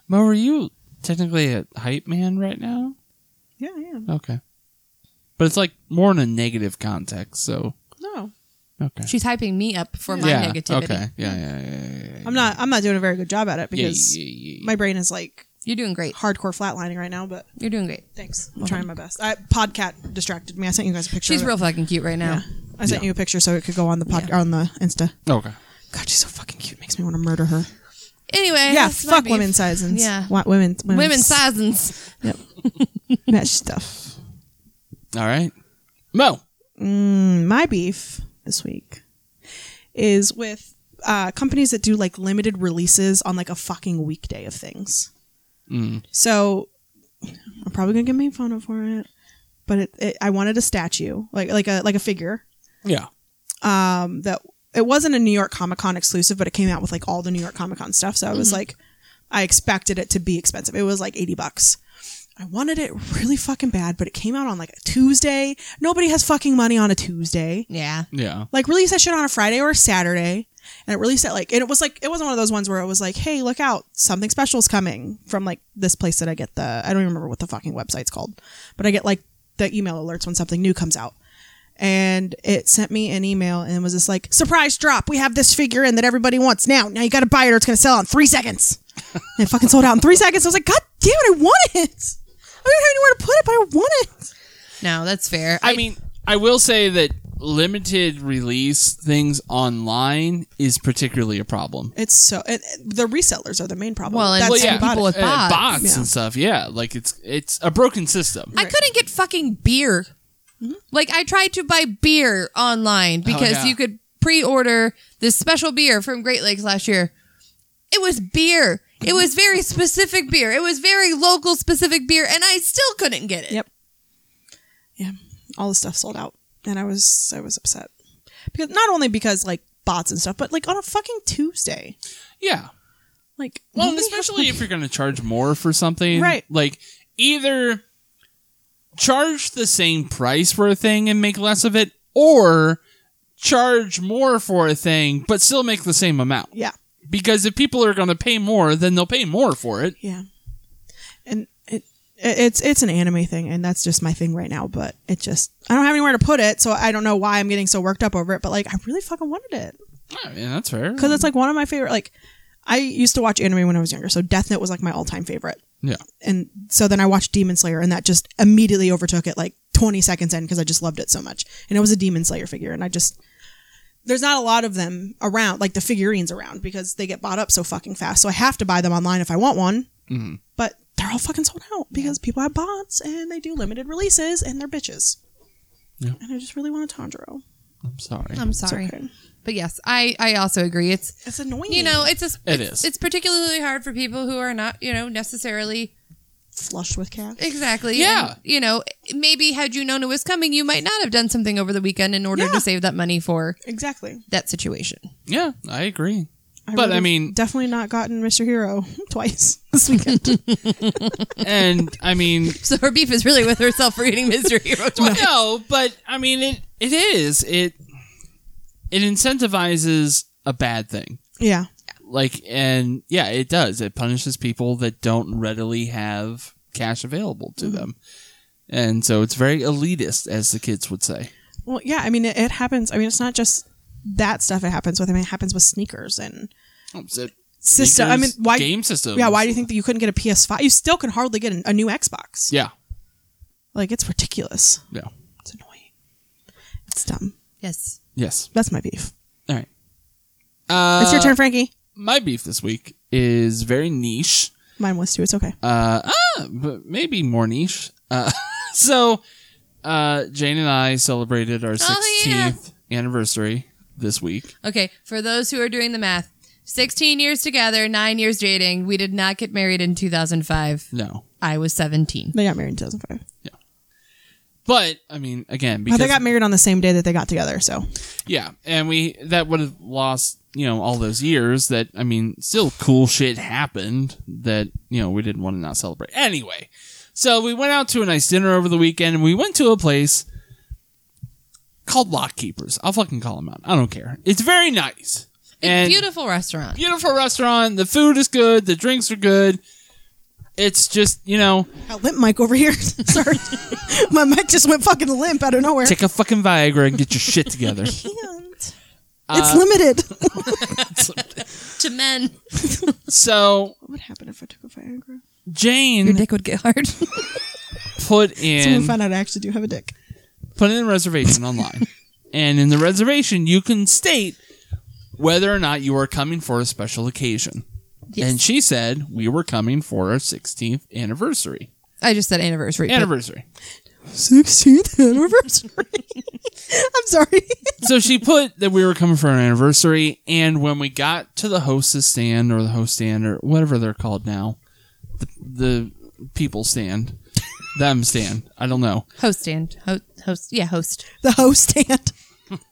[SPEAKER 2] Mo, are you technically a hype man right now?
[SPEAKER 1] Yeah, I am.
[SPEAKER 2] Okay. But it's like more in a negative context, so
[SPEAKER 1] No,
[SPEAKER 2] okay.
[SPEAKER 3] She's hyping me up for my
[SPEAKER 2] yeah,
[SPEAKER 3] negativity.
[SPEAKER 2] Okay. Yeah, yeah, yeah, yeah, yeah.
[SPEAKER 1] I'm not. I'm not doing a very good job at it
[SPEAKER 2] Yeah,
[SPEAKER 1] because
[SPEAKER 2] yeah, yeah, yeah.
[SPEAKER 1] my brain is like
[SPEAKER 3] You're doing great.
[SPEAKER 1] hardcore flatlining right now. But
[SPEAKER 3] You're doing great.
[SPEAKER 1] thanks, I'm trying my best. I, Podcat distracted me. I sent you guys a picture.
[SPEAKER 3] She's
[SPEAKER 1] of it.
[SPEAKER 3] real fucking cute right now.
[SPEAKER 1] Yeah. I sent you a picture so it could go on the pod on the Insta.
[SPEAKER 2] okay.
[SPEAKER 1] God, she's so fucking cute. Makes me want to murder her.
[SPEAKER 3] Anyway,
[SPEAKER 1] yeah,
[SPEAKER 3] that's my
[SPEAKER 1] fuck
[SPEAKER 3] beef.
[SPEAKER 1] women sizes.
[SPEAKER 3] Yeah.
[SPEAKER 1] want women
[SPEAKER 3] Women sizes.
[SPEAKER 1] match stuff.
[SPEAKER 2] All right. Mo.
[SPEAKER 1] Mm, my beef this week is with uh, companies that do like limited releases on like a fucking weekday of things. So I'm probably gonna get made fun of for it, but it, it, I wanted a statue, like like a like a figure
[SPEAKER 2] Yeah.
[SPEAKER 1] um, that it wasn't a New York Comic Con exclusive, but it came out with like all the New York Comic Con stuff. So I was like, I expected it to be expensive. It was like 80 bucks. I wanted it really fucking bad, but it came out on like a Tuesday. Nobody has fucking money on a Tuesday.
[SPEAKER 3] Yeah.
[SPEAKER 2] Yeah.
[SPEAKER 1] Like release that shit on a Friday or a Saturday. And it released it like, and it was like, it wasn't one of those ones where it was like, hey, look out, something special's coming from like this place that I get the, I don't even remember what the fucking website's called, but I get like the email alerts when something new comes out. And it sent me an email and was just like, surprise drop, we have this figure in that everybody wants now. Now you gotta buy it or it's gonna sell out in three seconds. And it fucking sold out in three seconds. I was like, God damn it, I want it. I don't have anywhere to put it, but I want it.
[SPEAKER 3] No, that's fair.
[SPEAKER 2] I mean, I will say that limited release things online is particularly a problem.
[SPEAKER 1] It's so, it, the resellers are the main problem.
[SPEAKER 3] Well, and-
[SPEAKER 1] That's
[SPEAKER 3] Well,
[SPEAKER 1] who
[SPEAKER 2] yeah,
[SPEAKER 1] bought
[SPEAKER 3] people
[SPEAKER 1] it.
[SPEAKER 3] with
[SPEAKER 2] Uh,
[SPEAKER 3] bots.
[SPEAKER 2] bots
[SPEAKER 1] Yeah.
[SPEAKER 2] and stuff. Yeah, like it's it's a broken system.
[SPEAKER 3] I couldn't get fucking beer. Like I tried to buy beer online because
[SPEAKER 2] yeah.
[SPEAKER 3] you could pre-order this special beer from Great Lakes last year. It was beer. It was very specific beer. It was very local specific beer, and I still couldn't get it.
[SPEAKER 1] Yep. yeah all the stuff sold out and i was i was upset because not only because like bots and stuff but like on a fucking tuesday
[SPEAKER 2] yeah.
[SPEAKER 1] like
[SPEAKER 2] Well,
[SPEAKER 1] nobody has-
[SPEAKER 2] especially if you're going to charge more for something,
[SPEAKER 1] Right.
[SPEAKER 2] Like either charge the same price for a thing and make less of it, or charge more for a thing but still make the same amount.
[SPEAKER 1] yeah
[SPEAKER 2] Because if people are going to pay more, then they'll pay more for it.
[SPEAKER 1] yeah and it it- it's it's an anime thing and that's just my thing right now but it just i don't have anywhere to put it so i don't know why i'm getting so worked up over it but like i really fucking wanted it
[SPEAKER 2] I mean, that's fair.
[SPEAKER 1] because it's like one of my favorite like i used to watch anime when i was younger so death note was like my all-time favorite
[SPEAKER 2] Yeah.
[SPEAKER 1] and so then I watched Demon Slayer, and that just immediately overtook it like 20 seconds in because I just loved it so much. And it was a Demon Slayer figure, and I just there's not a lot of them around, like the figurines around, because they get bought up so fucking fast. So I have to buy them online if I want one.
[SPEAKER 2] Mm-hmm.
[SPEAKER 1] But they're all fucking sold out because people have bots and they do limited releases and they're bitches.
[SPEAKER 2] Yeah.
[SPEAKER 1] And I just really want a Tanjiro.
[SPEAKER 2] I'm sorry.
[SPEAKER 3] I'm
[SPEAKER 1] It's
[SPEAKER 3] sorry.
[SPEAKER 1] okay.
[SPEAKER 3] But yes, I I also agree. It's
[SPEAKER 1] It's annoying.
[SPEAKER 3] you know it's a,
[SPEAKER 2] It
[SPEAKER 3] it's,
[SPEAKER 2] is.
[SPEAKER 3] it's particularly hard for people who are not you know necessarily
[SPEAKER 1] flushed with cash.
[SPEAKER 3] exactly
[SPEAKER 2] Yeah.
[SPEAKER 3] and, you know maybe had you known it was coming you might not have done something over the weekend in order
[SPEAKER 1] Yeah.
[SPEAKER 3] to save that money for
[SPEAKER 1] Exactly.
[SPEAKER 3] that situation
[SPEAKER 2] yeah, I agree. But,
[SPEAKER 1] would
[SPEAKER 2] I
[SPEAKER 1] have
[SPEAKER 2] mean-
[SPEAKER 1] definitely not gotten Mr. Hero twice this weekend.
[SPEAKER 2] and I mean,
[SPEAKER 3] so her beef is really with herself for getting Mr. Hero
[SPEAKER 2] Well,
[SPEAKER 3] twice.
[SPEAKER 2] no, but I mean it. It is it. It incentivizes a bad thing,
[SPEAKER 1] yeah.
[SPEAKER 2] like and yeah, it does. It punishes people that don't readily have cash available to them, and so it's very elitist, as the kids would say.
[SPEAKER 1] Well, yeah, I mean, it, it happens. I mean, it's not just that stuff it happens with. I mean, it happens with sneakers and system. I mean,
[SPEAKER 2] Sneakers,
[SPEAKER 1] why
[SPEAKER 2] game systems.
[SPEAKER 1] Yeah, why do you think that you couldn't get a PS5? You still can hardly get an, a new Xbox.
[SPEAKER 2] Yeah,
[SPEAKER 1] Like it's ridiculous.
[SPEAKER 2] yeah,
[SPEAKER 1] It's annoying. It's dumb.
[SPEAKER 3] Yes.
[SPEAKER 2] yes.
[SPEAKER 1] That's my beef.
[SPEAKER 2] All right. Uh,
[SPEAKER 1] it's your turn, Frankie.
[SPEAKER 2] My beef this week is very niche.
[SPEAKER 1] Mine was too. It's okay.
[SPEAKER 2] uh, ah, but maybe more niche. Uh, so, uh, Jane and I celebrated our 16th
[SPEAKER 3] Oh, yeah.
[SPEAKER 2] anniversary this week.
[SPEAKER 3] Okay. For those who are doing the math, 16 years together, nine years dating. We did not get married in 2005.
[SPEAKER 2] No,
[SPEAKER 3] I was 17.
[SPEAKER 1] they got married in 2005.
[SPEAKER 2] but I mean, again,
[SPEAKER 1] Well,
[SPEAKER 2] because
[SPEAKER 1] they got married on the same day that they got together. So
[SPEAKER 2] yeah, and we that would have lost you know all those years. That I mean, still cool shit happened that you know we didn't want to not celebrate anyway. So we went out to a nice dinner over the weekend, and we went to a place called Lock Keepers. I'll fucking call them out. I don't care. It's very nice. And
[SPEAKER 3] Beautiful restaurant.
[SPEAKER 2] beautiful restaurant. The food is good. The drinks are good. It's just you know,
[SPEAKER 1] I limp Mike over here. Sorry, my mic just went fucking limp out of nowhere.
[SPEAKER 2] take a fucking Viagra and get your shit together.
[SPEAKER 1] it's
[SPEAKER 2] Uh,
[SPEAKER 1] limited. what
[SPEAKER 3] To men.
[SPEAKER 2] so
[SPEAKER 1] would happen if I took a Viagra?
[SPEAKER 3] Your
[SPEAKER 2] Jane
[SPEAKER 3] dick would get hard.
[SPEAKER 2] put
[SPEAKER 1] Someone
[SPEAKER 2] in
[SPEAKER 1] found out I actually do have a dick.
[SPEAKER 2] put in a reservation online, and in the reservation you can state whether or not you are coming for a special occasion.
[SPEAKER 3] Yes.
[SPEAKER 2] And she said we were coming for our 16th anniversary.
[SPEAKER 3] I just said anniversary. but-
[SPEAKER 2] Anniversary.
[SPEAKER 1] 16th anniversary. I'm sorry.
[SPEAKER 2] so she put that we were coming for an anniversary, and when we got to the hostess stand or the host stand or whatever they're called now, the, the people stand, them stand, I don't know.
[SPEAKER 3] host stand. Ho- host. Yeah, host.
[SPEAKER 1] The host stand.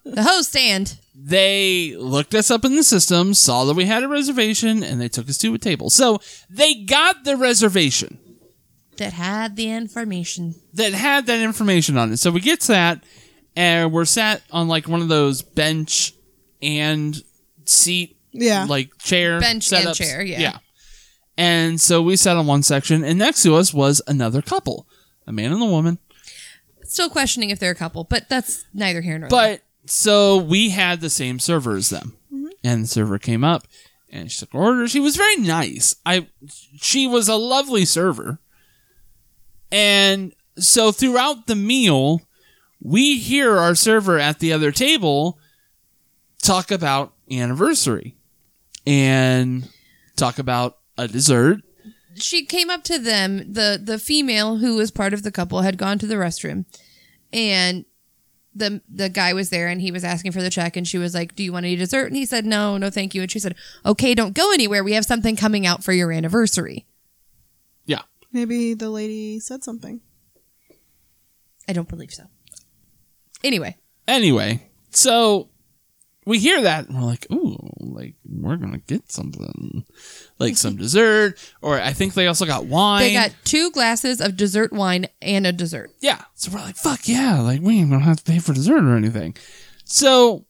[SPEAKER 3] The host stand.
[SPEAKER 2] They looked us up in the system, saw that we had a reservation, and they took us to a table. So they got the reservation.
[SPEAKER 3] That had the information.
[SPEAKER 2] that had that information on it. So we get to that, and we're sat on like one of those bench and seat,
[SPEAKER 1] Yeah.
[SPEAKER 2] like chair
[SPEAKER 3] Bench and
[SPEAKER 2] setups.
[SPEAKER 3] chair, yeah.
[SPEAKER 2] And so we sat on one section, and next to us was another couple, a man and a woman.
[SPEAKER 3] Still questioning if they're a couple, but that's neither here nor there.
[SPEAKER 2] But so we had the same server as them, and the server came up and she took our order. She was very nice. I, she was a lovely server, and so throughout the meal, we hear our server at the other table talk about anniversary and talk about a dessert.
[SPEAKER 3] she came up to them. the The female who was part of the couple had gone to the restroom, and the the guy was there, and he was asking for the check, and she was like, "Do you want any dessert?" And he said, "No, no, thank you." And she said, "Okay, don't go anywhere. We have something coming out for your anniversary."
[SPEAKER 2] Yeah,
[SPEAKER 1] Maybe the lady said something.
[SPEAKER 3] I don't believe so. Anyway,
[SPEAKER 2] Anyway, so we hear that and we're like, ooh, like we're gonna get something, like some dessert, or I think they also got wine.
[SPEAKER 3] they got two glasses of dessert wine and a dessert.
[SPEAKER 2] yeah. So we're like, fuck yeah, like we ain't gonna have to pay for dessert or anything. So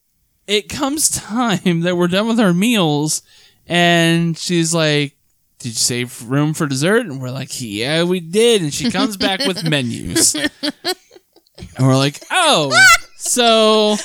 [SPEAKER 2] it comes time that we're done with our meals, and she's like. Did you save room for dessert? And we're like, yeah, we did. And she comes back with menus. And we're like, oh, so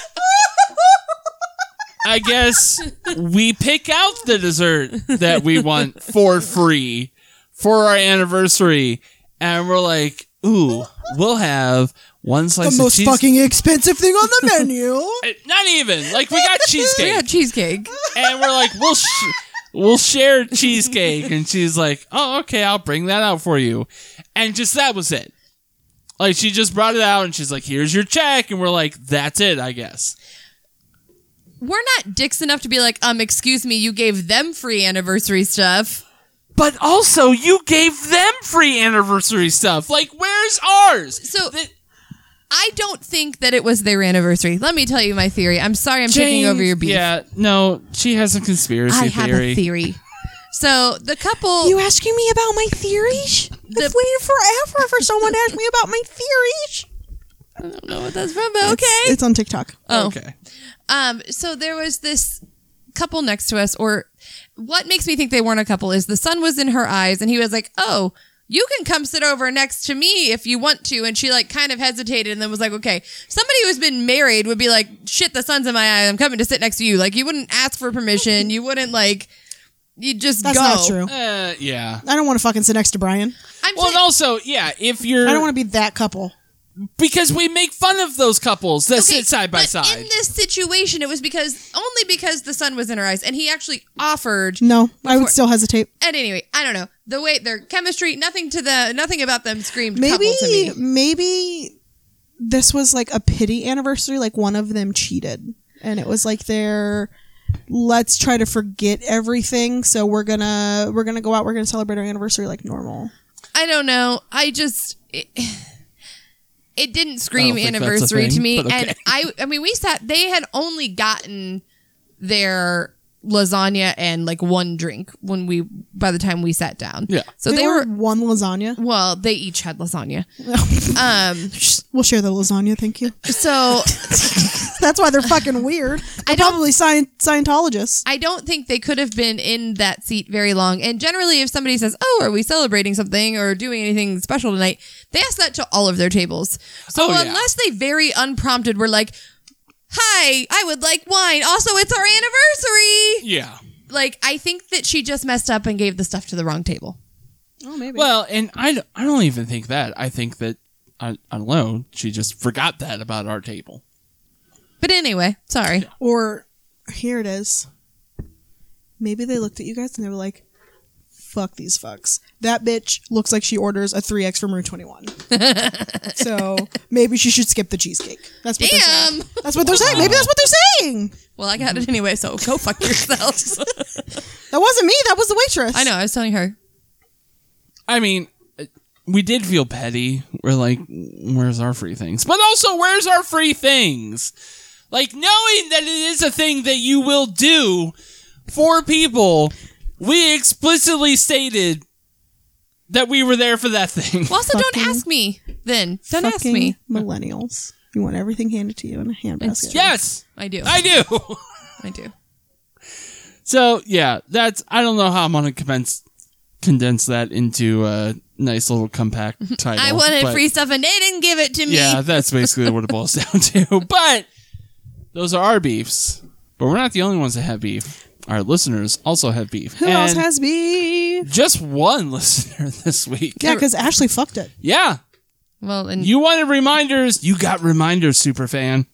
[SPEAKER 2] I guess we pick out the dessert that we want for free for our anniversary, and we're like, ooh, we'll have one slice of cheese.
[SPEAKER 1] expensive thing on the menu.
[SPEAKER 2] Eh, Not even like we got cheesecake,
[SPEAKER 3] Yeah, cheesecake.
[SPEAKER 2] and we're like, we'll sh- we'll share cheesecake, and she's like, oh, okay, I'll bring that out for you, and just that was it. Like she just brought it out, and she's like, here's your check, and we're like, that's it, I guess.
[SPEAKER 3] We're not dicks enough to be like, um, excuse me, you gave them free anniversary stuff.
[SPEAKER 2] But also, you gave them free anniversary stuff. Like, where's ours?
[SPEAKER 3] So
[SPEAKER 2] Th-
[SPEAKER 3] I don't think that it was their anniversary. Let me tell you my theory. I'm sorry I'm taking
[SPEAKER 2] Jane-
[SPEAKER 3] over your beef.
[SPEAKER 2] Yeah, no, she has a conspiracy
[SPEAKER 3] I have
[SPEAKER 2] theory.
[SPEAKER 3] a theory. So the couple
[SPEAKER 1] You asking me about my theories? I've waited forever for someone to ask me about my theories.
[SPEAKER 3] I don't know what that's from, but okay.
[SPEAKER 1] It's, on TikTok.
[SPEAKER 3] oh.
[SPEAKER 2] Okay.
[SPEAKER 3] Um so there was this couple next to us or what makes me think they weren't a couple is the sun was in her eyes and he was like, "Oh, you can come sit over next to me if you want to. And she like kind of hesitated and then was like, okay, somebody who's been married would be like, shit, the sun's in my eye. I'm coming to sit next to you. Like you wouldn't ask for permission. You wouldn't like, you just
[SPEAKER 1] That's
[SPEAKER 3] go.
[SPEAKER 1] not true.
[SPEAKER 2] Uh, yeah.
[SPEAKER 1] I don't want to fucking sit next to Brian.
[SPEAKER 3] I'm
[SPEAKER 2] Well,
[SPEAKER 3] saying-
[SPEAKER 2] and also, yeah, if you're
[SPEAKER 1] I don't want to be that couple.
[SPEAKER 2] because we make fun of those couples that
[SPEAKER 3] Okay,
[SPEAKER 2] sit side by
[SPEAKER 3] but
[SPEAKER 2] side.
[SPEAKER 3] In this situation, it was because only because the sun was in her eyes, and he actually offered.
[SPEAKER 1] No, I would
[SPEAKER 3] Before-
[SPEAKER 1] still hesitate.
[SPEAKER 3] And anyway, I don't know the way their chemistry, nothing to the nothing about them screamed
[SPEAKER 1] Maybe,
[SPEAKER 3] couple to me.
[SPEAKER 1] maybe this was like a pity anniversary. Like one of them cheated, and it was like their let's try to forget everything. So we're gonna we're gonna go out. We're gonna celebrate our anniversary like normal.
[SPEAKER 3] I don't know. I just. It, it didn't scream
[SPEAKER 2] I don't think that's a
[SPEAKER 3] anniversary to
[SPEAKER 2] thing,
[SPEAKER 3] me,
[SPEAKER 2] but okay.
[SPEAKER 3] and I. I mean, we sat. They had only gotten their lasagna and like one drink when we by the time we sat down.
[SPEAKER 2] Yeah.
[SPEAKER 3] So they, were,
[SPEAKER 1] one lasagna.
[SPEAKER 3] well. They each had lasagna. Um.
[SPEAKER 1] We'll share the lasagna. Thank you.
[SPEAKER 3] So
[SPEAKER 1] That's why they're fucking weird. They're
[SPEAKER 3] don't-
[SPEAKER 1] probably scien- Scientologists.
[SPEAKER 3] I don't think they could have been in that seat very long. And generally, if somebody says, "Oh, are we celebrating something or doing anything special tonight?" they ask that to all of their tables. So
[SPEAKER 2] Oh, yeah.
[SPEAKER 3] unless they very unprompted were like, "Hi, I would like wine. Also, it's our anniversary."
[SPEAKER 2] yeah.
[SPEAKER 3] Like, I think that she just messed up and gave the stuff to the wrong table.
[SPEAKER 1] Oh, maybe.
[SPEAKER 2] Well, and I, d- I don't even think that. I think that I, I don't know. She just forgot that about our table.
[SPEAKER 3] But anyway, sorry.
[SPEAKER 1] Or here it is. Maybe they looked at you guys and they were like, fuck these fucks. That bitch looks like she orders a 3X from Rue 21. so maybe she should skip the cheesecake. That's what they're saying.
[SPEAKER 3] Damn.
[SPEAKER 1] That's what they're saying. Maybe that's what they're saying.
[SPEAKER 3] Well, I got it anyway, so go fuck yourselves.
[SPEAKER 1] That wasn't me. That was the waitress.
[SPEAKER 3] I know. I was telling her.
[SPEAKER 2] I mean, uh, we did feel petty. We're like, where's our free things? But also, where's our free things? Like, knowing that it is a thing that you will do for people, we explicitly stated that we were there for that thing.
[SPEAKER 3] Well, also, don't
[SPEAKER 1] Fucking-
[SPEAKER 3] ask me. Then don't ask
[SPEAKER 1] Fucking
[SPEAKER 3] me.
[SPEAKER 1] Millennials. You want everything handed to you in a handbasket.
[SPEAKER 2] yes,
[SPEAKER 3] I do.
[SPEAKER 2] I do.
[SPEAKER 3] I do.
[SPEAKER 2] So yeah, that's I don't know how I'm gonna condense condense that into a nice little compact title.
[SPEAKER 3] I wanted
[SPEAKER 2] but-
[SPEAKER 3] free stuff and they didn't give it to me.
[SPEAKER 2] Yeah, that's basically what it boils down to. But those are our beefs. But we're not the only ones that have beef. Our listeners also have beef.
[SPEAKER 1] Who else
[SPEAKER 2] And
[SPEAKER 1] has beef?
[SPEAKER 2] just one listener this week?
[SPEAKER 1] Yeah, because Ashley fucked it.
[SPEAKER 2] Yeah.
[SPEAKER 3] Well, and
[SPEAKER 2] You wanted reminders. You got reminders, super fan.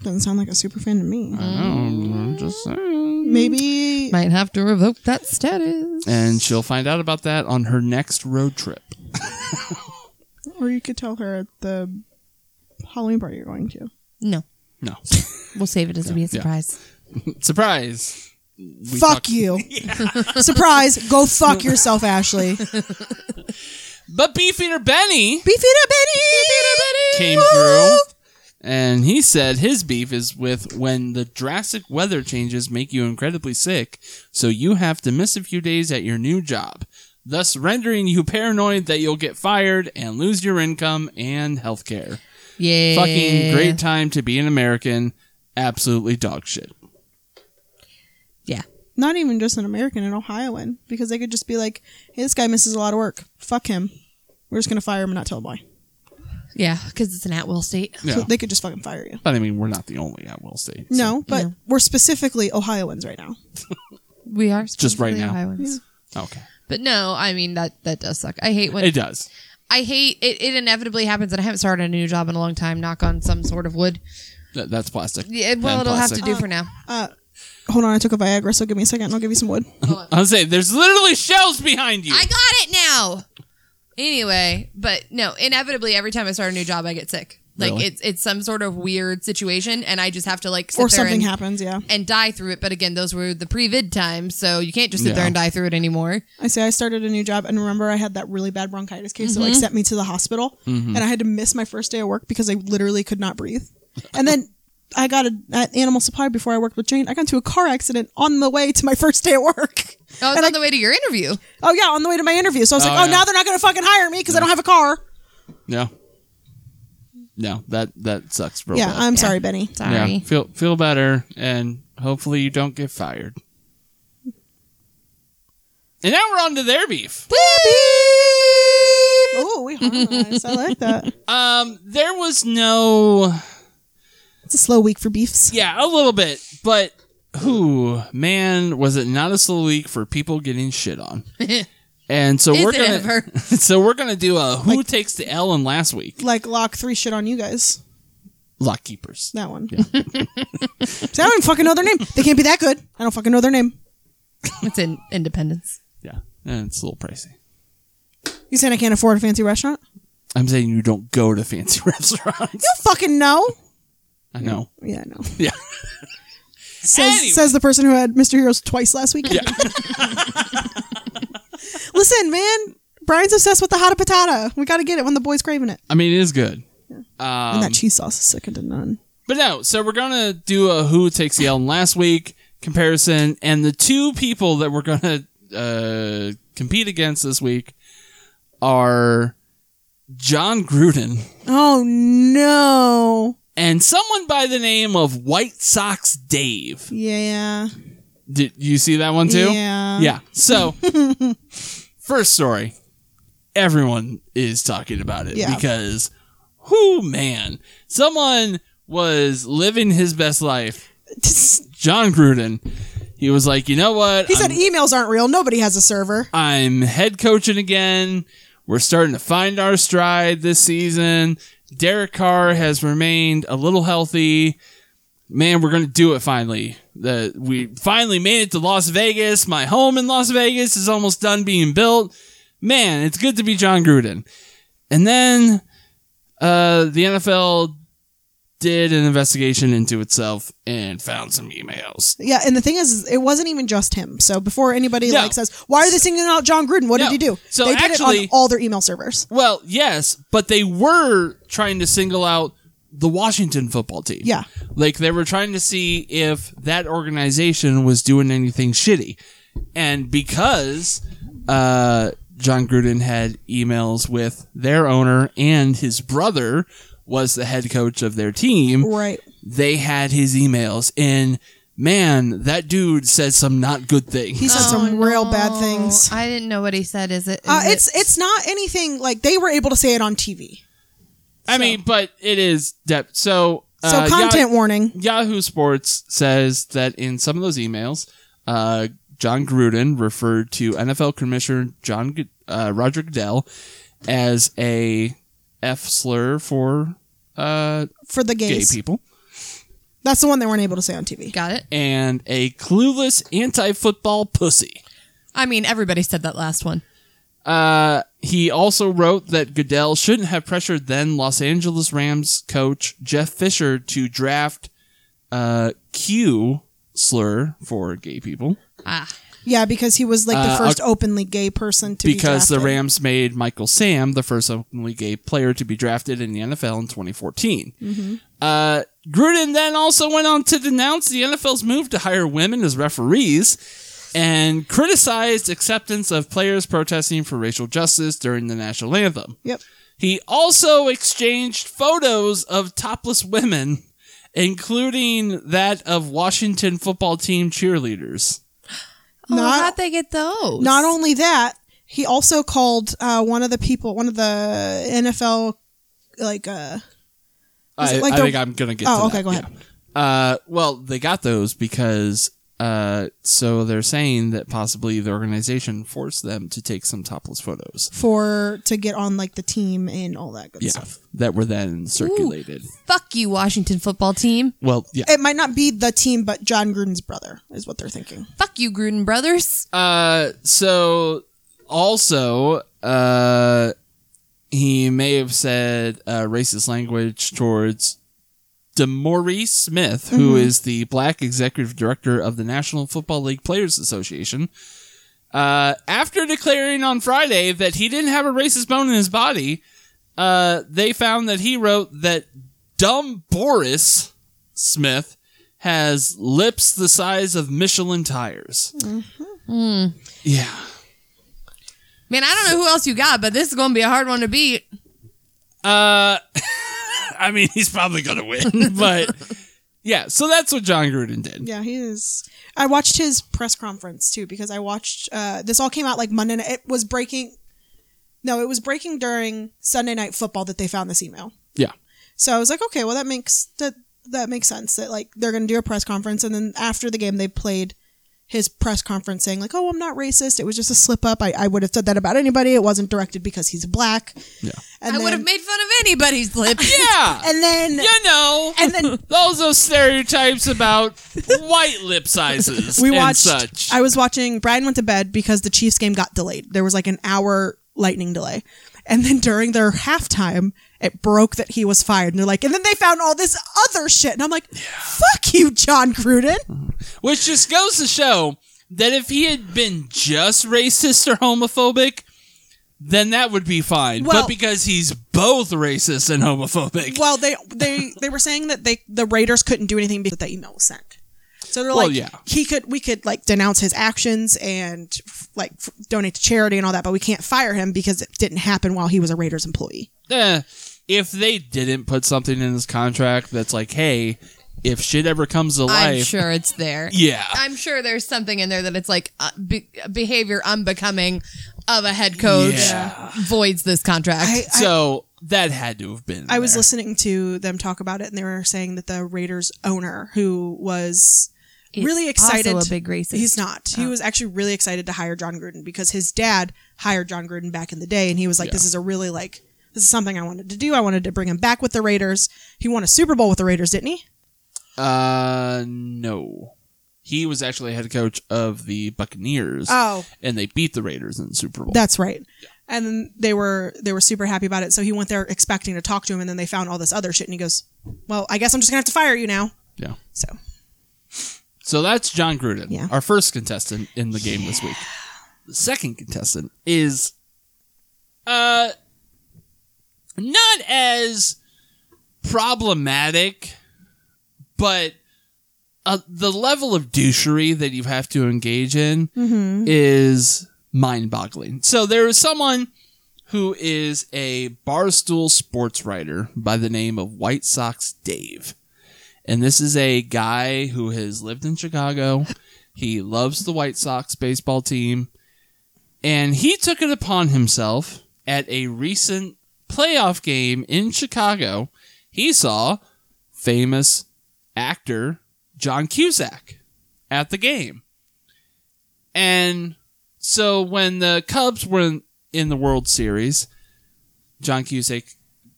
[SPEAKER 2] Oh,
[SPEAKER 1] Doesn't sound like a super fan to me.
[SPEAKER 3] Mm.
[SPEAKER 2] I'm just saying.
[SPEAKER 1] Maybe
[SPEAKER 3] might have to revoke that status.
[SPEAKER 2] And she'll find out about that on her next road trip.
[SPEAKER 1] Or you could tell her at the Halloween party you're going to.
[SPEAKER 3] No,
[SPEAKER 2] No.
[SPEAKER 3] we'll save it as to be a surprise.
[SPEAKER 2] Surprise. We
[SPEAKER 1] fuck
[SPEAKER 2] talked-
[SPEAKER 1] you. Surprise. Go fuck yourself, Ashley. Beef
[SPEAKER 2] But Beefeater Benny
[SPEAKER 1] it up,
[SPEAKER 2] came through and he said his beef is with when the drastic weather changes make you incredibly sick, so you have to miss a few days at your new job, thus rendering you paranoid that you'll get fired and lose your income and health care.
[SPEAKER 3] Yeah,
[SPEAKER 2] Fucking great time to be an American. Absolutely dog shit.
[SPEAKER 3] Yeah,
[SPEAKER 1] Not even just an American, an Ohioan, because they could just be like, hey, this guy misses a lot of work. Fuck him. We're just going to fire him and not tell why.
[SPEAKER 3] yeah, because it's an at will state.
[SPEAKER 2] Yeah.
[SPEAKER 1] So they could just fucking fire you.
[SPEAKER 2] But I mean, we're not the only at will state. so-
[SPEAKER 1] No, but
[SPEAKER 3] No.
[SPEAKER 1] we're specifically Ohioans right now.
[SPEAKER 3] We are
[SPEAKER 2] Just right now.
[SPEAKER 3] Ohioans.
[SPEAKER 2] Okay.
[SPEAKER 3] But no, I mean that that does suck. I hate when
[SPEAKER 2] It does.
[SPEAKER 3] I hate it. It inevitably happens that I haven't started a new job in a long time. Knock on some sort of wood.
[SPEAKER 2] Th- that's plastic.
[SPEAKER 3] Yeah, well,
[SPEAKER 2] And
[SPEAKER 3] it'll have
[SPEAKER 2] plastic.
[SPEAKER 3] to do for now.
[SPEAKER 1] Uh, Hold on, I took a Viagra, so give me a second and I'll give you some wood.
[SPEAKER 2] I'll say there's literally shells behind you.
[SPEAKER 3] I got it now. Anyway, but no, inevitably every time I start a new job, I get sick. Like
[SPEAKER 2] Really?
[SPEAKER 3] it's it's some sort of weird situation, and I just have to like sit
[SPEAKER 1] Or
[SPEAKER 3] there
[SPEAKER 1] something
[SPEAKER 3] and,
[SPEAKER 1] happens, yeah.
[SPEAKER 3] and die through it. But again, those were the pre-vid times, so you can't just sit
[SPEAKER 2] Yeah.
[SPEAKER 3] there and die through it anymore.
[SPEAKER 1] I say I started a new job and remember I had that really bad bronchitis case that
[SPEAKER 2] Mm-hmm.
[SPEAKER 1] like sent me to the hospital and I had to miss my first day of work because I literally could not breathe. And then I got a, at animal supply before I worked with Jane. I got into a car accident on the way to my first day at work.
[SPEAKER 3] Oh, it's
[SPEAKER 1] And
[SPEAKER 3] on
[SPEAKER 1] I-
[SPEAKER 3] the way to your interview.
[SPEAKER 1] Oh yeah, on the way to my interview. So I was like,
[SPEAKER 2] Oh,
[SPEAKER 1] oh,
[SPEAKER 2] yeah.
[SPEAKER 1] now they're not going to fucking hire me because I don't have a car.
[SPEAKER 2] Yeah. No, that that sucks real
[SPEAKER 1] Yeah,
[SPEAKER 2] bad.
[SPEAKER 1] I'm sorry, Benny.
[SPEAKER 3] Sorry.
[SPEAKER 2] Yeah, feel feel better, and hopefully you don't get fired. And now we're on to their beef.
[SPEAKER 1] Whoopee! Oh, we harmonized. I like that.
[SPEAKER 2] Um, there was no,
[SPEAKER 1] It's a slow week for beefs.
[SPEAKER 2] yeah, a little bit, but who man was it not a slow week for people getting shit on? And so
[SPEAKER 3] Is
[SPEAKER 2] we're
[SPEAKER 3] it
[SPEAKER 2] gonna,
[SPEAKER 3] ever?
[SPEAKER 2] so we're gonna do a who takes the L in last week
[SPEAKER 1] Like lock three shit on you guys.
[SPEAKER 2] lock keepers.
[SPEAKER 1] That one. See, I don't even fucking know their name. They can't be that good. I don't fucking know their name.
[SPEAKER 3] It's in Independence.
[SPEAKER 2] Yeah, and it's a little pricey.
[SPEAKER 1] You saying I can't afford a fancy restaurant?
[SPEAKER 2] I'm saying you don't go to fancy restaurants.
[SPEAKER 1] You fucking know.
[SPEAKER 2] I know.
[SPEAKER 1] Yeah, I know.
[SPEAKER 2] Yeah.
[SPEAKER 1] Says,
[SPEAKER 2] Anyway.
[SPEAKER 1] says the person who had Mr. Heroes twice last weekend. Listen, man, Brian's obsessed with the hot patata. We got to get it when the boy's craving it.
[SPEAKER 2] I mean, it is good.
[SPEAKER 1] and
[SPEAKER 2] Um,
[SPEAKER 1] that cheese sauce is second to none.
[SPEAKER 2] But no, so we're gonna do a who takes the L in last week comparison, and the two people that we're gonna uh, compete against this week are John Gruden
[SPEAKER 1] Oh no!
[SPEAKER 2] and someone by the name of White Sox Dave.
[SPEAKER 1] Yeah,
[SPEAKER 2] Did you see that one too?
[SPEAKER 1] Yeah.
[SPEAKER 2] Yeah. So, first story. Everyone is talking about it
[SPEAKER 1] Yeah.
[SPEAKER 2] because, whoo, man, someone was living his best life
[SPEAKER 1] Tss.
[SPEAKER 2] John Gruden. He was like, you know what?
[SPEAKER 1] he
[SPEAKER 2] I'm,
[SPEAKER 1] said emails aren't real. Nobody has a server.
[SPEAKER 2] I'm head coaching again. We're starting to find our stride this season. Derek Carr has remained a little healthy. Man, we're going to do it finally. The, we finally made it to Las Vegas. My home in Las Vegas is almost done being built. Man, it's good to be John Gruden. And then uh, the NFL did an investigation into itself and found some emails.
[SPEAKER 1] Yeah, and the thing is, is it wasn't even just him. So before anybody
[SPEAKER 2] No.
[SPEAKER 1] like says, "Why are they singling out John Gruden?" What
[SPEAKER 2] No.
[SPEAKER 1] did he do?
[SPEAKER 2] So
[SPEAKER 1] they did it
[SPEAKER 2] actually-
[SPEAKER 1] on all their email servers.
[SPEAKER 2] Well, yes, but they were trying to single out the Washington football team.
[SPEAKER 1] Yeah.
[SPEAKER 2] Like they were trying to see if that organization was doing anything shitty. And because uh, John Gruden had emails with their owner and his brother was the head coach of their team,
[SPEAKER 1] Right.
[SPEAKER 2] they had his emails. And man, that dude said some not good things.
[SPEAKER 1] He said some real bad things.
[SPEAKER 3] Oh, I didn't know what he said. Is it?
[SPEAKER 1] Uh, it's it's not anything like they were able to say it on TV.
[SPEAKER 2] I mean, but it is depth. So.
[SPEAKER 1] So
[SPEAKER 2] uh,
[SPEAKER 1] content
[SPEAKER 2] yeah,
[SPEAKER 1] warning.
[SPEAKER 2] Yahoo Sports says that in some of those emails, uh, John Gruden referred to NFL Commissioner John G- uh, Roger Goodell as a f slur for uh,
[SPEAKER 1] for the
[SPEAKER 2] gay
[SPEAKER 1] gays.
[SPEAKER 2] people
[SPEAKER 1] That's the one they weren't able to say on TV.
[SPEAKER 3] got it.
[SPEAKER 2] and a clueless anti-football pussy.
[SPEAKER 3] I mean, everybody said that last one.
[SPEAKER 2] Uh, he also wrote that Goodell shouldn't have pressured then Los Angeles Rams coach Jeff Fisher to draft uh, Q slur for gay people.
[SPEAKER 3] Ah,
[SPEAKER 1] Yeah, because he was like the
[SPEAKER 2] Uh,
[SPEAKER 1] first openly gay person to
[SPEAKER 2] because
[SPEAKER 1] be
[SPEAKER 2] the
[SPEAKER 1] drafted.
[SPEAKER 2] Rams made Michael Sam the first openly gay player to be drafted in the NFL in 2014.
[SPEAKER 1] Mm-hmm.
[SPEAKER 2] Uh, Gruden then also went on to denounce the NFL's move to hire women as referees and criticized acceptance of players protesting for racial justice during the national anthem.
[SPEAKER 1] Yep.
[SPEAKER 2] He also exchanged photos of topless women, including that of Washington football team cheerleaders.
[SPEAKER 3] oh,
[SPEAKER 1] Not-
[SPEAKER 3] how'd they get those?
[SPEAKER 1] Not only that, he also called uh, one of the people, one of the NFL, like uh, Is
[SPEAKER 2] I,
[SPEAKER 1] it like
[SPEAKER 2] I
[SPEAKER 1] the-
[SPEAKER 2] think I'm gonna get.
[SPEAKER 1] Oh,
[SPEAKER 2] to
[SPEAKER 1] okay,
[SPEAKER 2] that,
[SPEAKER 1] go ahead.
[SPEAKER 2] yeah. Uh, well, they got those because uh, so they're saying that possibly the organization forced them to take some topless photos.
[SPEAKER 1] for to get on like the team and all that good
[SPEAKER 2] Yeah,
[SPEAKER 1] stuff.
[SPEAKER 2] that were then circulated.
[SPEAKER 3] Fuck you, Washington football team.
[SPEAKER 2] Well, yeah.
[SPEAKER 1] It might not be the team, but John Gruden's brother is what they're thinking.
[SPEAKER 3] Fuck you, Gruden brothers.
[SPEAKER 2] Uh, so also, uh, he may have said uh, racist language towards Demore Smith, who is the black executive director of the National Football League Players Association. Uh, after declaring on Friday that he didn't have a racist bone in his body, uh, they found that he wrote that dumb Boris Smith has lips the size of Michelin tires. Yeah.
[SPEAKER 3] Hmm. Man, I don't know who else you got, but this is gonna be a hard one to beat.
[SPEAKER 2] Uh, I mean, he's probably going to win, but yeah. So that's what John Gruden did.
[SPEAKER 1] Yeah, he is. I watched his press conference too because I watched. Uh, this all came out like Monday. Night. It was breaking. No, it was breaking during Sunday night football that they found this email.
[SPEAKER 2] Yeah.
[SPEAKER 1] So I was like, okay, well that makes that that makes sense that like they're going to do a press conference and then after the game they played his press conference saying like, "Oh, I'm not racist. It was just a slip up. I, I would have said that about anybody. It wasn't directed because he's black."
[SPEAKER 2] Yeah.
[SPEAKER 1] And
[SPEAKER 3] I
[SPEAKER 1] then,
[SPEAKER 3] would have made fun of anybody's lip.
[SPEAKER 2] Yeah.
[SPEAKER 1] And then
[SPEAKER 2] you know.
[SPEAKER 1] and then
[SPEAKER 2] those are stereotypes about white lip sizes
[SPEAKER 1] we
[SPEAKER 2] and
[SPEAKER 1] watched
[SPEAKER 2] such.
[SPEAKER 1] i was watching brian went to bed because the chiefs game got delayed there was like an hour lightning delay and then during their halftime it broke that he was fired and they're like and then they found all this other shit and i'm like fuck you john gruden
[SPEAKER 2] Which just goes to show that if he had been just racist or homophobic, then that would be fine.
[SPEAKER 1] Well-
[SPEAKER 2] but because he's both racist and homophobic,
[SPEAKER 1] well they they they were saying that they the raiders couldn't do anything because that email was sent so they're
[SPEAKER 2] Well,
[SPEAKER 1] like
[SPEAKER 2] yeah.
[SPEAKER 1] he could we could like denounce his actions and like f- donate to charity and all that but we can't fire him because it didn't happen while he was a raiders employee
[SPEAKER 2] eh, if they didn't put something in his contract that's like, hey, if shit ever comes to
[SPEAKER 3] I'm
[SPEAKER 2] life,
[SPEAKER 3] sure it's there.
[SPEAKER 2] yeah,
[SPEAKER 3] I'm sure there's something in there that it's like uh, be- behavior unbecoming of a head coach
[SPEAKER 2] Yeah.
[SPEAKER 3] voids this contract.
[SPEAKER 1] I- I-
[SPEAKER 2] so that had to have been.
[SPEAKER 1] I was
[SPEAKER 2] there.
[SPEAKER 1] listening to them talk about it, and they were saying that the Raiders owner, who was really excited,
[SPEAKER 3] also a big racist. Oh.
[SPEAKER 1] He's not. He was actually really excited to hire John Gruden because his dad hired John Gruden back in the day, and he was like, "This is a really like this is something I wanted to do. I wanted to bring him back with the Raiders. He won a Super Bowl with the Raiders, didn't he?
[SPEAKER 2] Uh, no. He was actually head coach of the Buccaneers.
[SPEAKER 1] Oh.
[SPEAKER 2] And they beat the Raiders in the Super Bowl.
[SPEAKER 1] That's right." And then they were they were super happy about it. So he went there expecting to talk to him, and then they found all this other shit, and he goes, "Well, I guess I'm just gonna have to fire you now."
[SPEAKER 2] yeah.
[SPEAKER 1] So
[SPEAKER 2] So that's John Gruden,
[SPEAKER 1] Yeah.
[SPEAKER 2] our first contestant in the game this week. The second contestant is uh not as problematic, but uh, the level of douchery that you have to engage in
[SPEAKER 3] Mm-hmm.
[SPEAKER 2] is mind-boggling. So there is someone who is a barstool sports writer by the name of White Sox Dave. And this is a guy who has lived in Chicago. He loves the White Sox baseball team. And he took it upon himself at a recent playoff game in Chicago. He saw famous actor John Cusack at the game. And so when the Cubs were in, in the World Series, John Cusack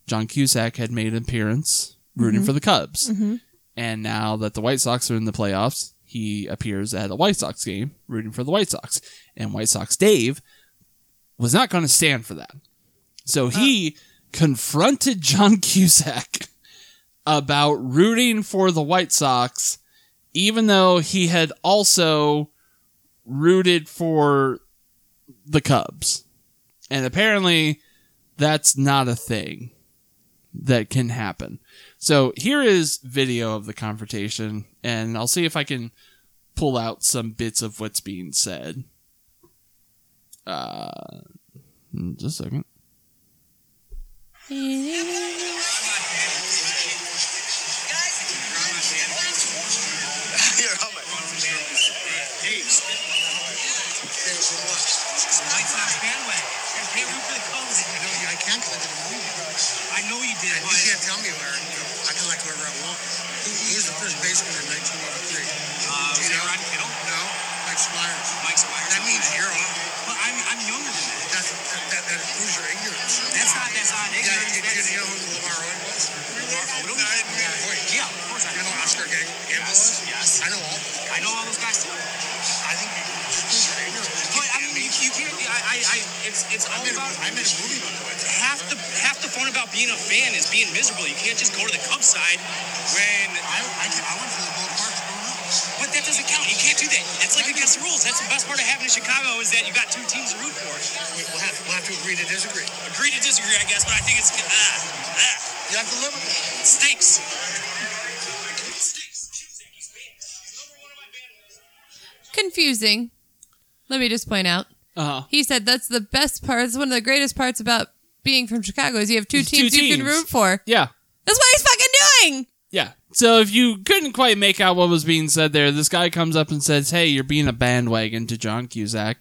[SPEAKER 2] John Cusack had made an appearance rooting for the Cubs. And now that the White Sox are in the playoffs, he appears at a White Sox game rooting for the White Sox. And White Sox Dave was not going to stand for that. So he confronted John Cusack about rooting for the White Sox, even though he had also rooted for the Cubs. And apparently, that's not a thing that can happen. So here is video of the confrontation, and I'll see if I can pull out some bits of what's being said. Uh, just a second.
[SPEAKER 4] Here, how much?
[SPEAKER 5] White Sox bandwagon. You can't root for the Cubs.
[SPEAKER 4] I know you. I can't because I did a movie.
[SPEAKER 5] I know you did,
[SPEAKER 4] You
[SPEAKER 5] but
[SPEAKER 4] can't tell me where. I can like wherever I want. He was the first baseman in 1983.
[SPEAKER 5] uh, was it Rod Kittle?
[SPEAKER 4] No, Mike Squires.
[SPEAKER 5] Mike Squires.
[SPEAKER 4] That means you're on.
[SPEAKER 5] But I'm, I'm younger than that.
[SPEAKER 4] That's, that, that, that proves your ignorance.
[SPEAKER 5] That's not that's not
[SPEAKER 4] Yeah,
[SPEAKER 5] ignorance.
[SPEAKER 4] did
[SPEAKER 5] That's-
[SPEAKER 4] you know who Lamar Odom was?
[SPEAKER 5] Lamar Odom?
[SPEAKER 4] Yeah.
[SPEAKER 5] Yeah, of course I
[SPEAKER 4] You
[SPEAKER 5] know.
[SPEAKER 4] know Oscar Gamble was?
[SPEAKER 5] Yes.
[SPEAKER 4] I know all of them.
[SPEAKER 5] I know all those guys too.
[SPEAKER 4] I think you proves your ignorance.
[SPEAKER 5] But I mean, you, you can't. be- I, I, I, it's, it's all
[SPEAKER 4] I made a-
[SPEAKER 5] about
[SPEAKER 4] I made a movie about the White Sox.
[SPEAKER 5] half the half the fun about being a fan is being miserable. You can't just go to the Cubs side when.
[SPEAKER 4] I, I, I went to the ballpark growing up.
[SPEAKER 5] But that doesn't count. You can't do that. That's like against the rules. That's the best part of having in Chicago is that you got two teams to root for.
[SPEAKER 4] We- We'll have, we'll have to agree to disagree.
[SPEAKER 5] Agree to disagree, I guess, but I think it's ah, ah,
[SPEAKER 4] You have to live with it.
[SPEAKER 5] it stinks. It stinks. He's bad. He's number one on my bad list.
[SPEAKER 3] Confusing. Let me just point out.
[SPEAKER 2] Uh,
[SPEAKER 3] He said that's the best part. That's one of the greatest parts about being from Chicago is you have two
[SPEAKER 2] It's two
[SPEAKER 3] teams, you can
[SPEAKER 2] teams.
[SPEAKER 3] root for.
[SPEAKER 2] yeah,
[SPEAKER 3] That's what he's fucking doing.
[SPEAKER 2] yeah. So if you couldn't quite make out what was being said there, this guy comes up and says, "Hey, you're being a bandwagon to John Cusack,"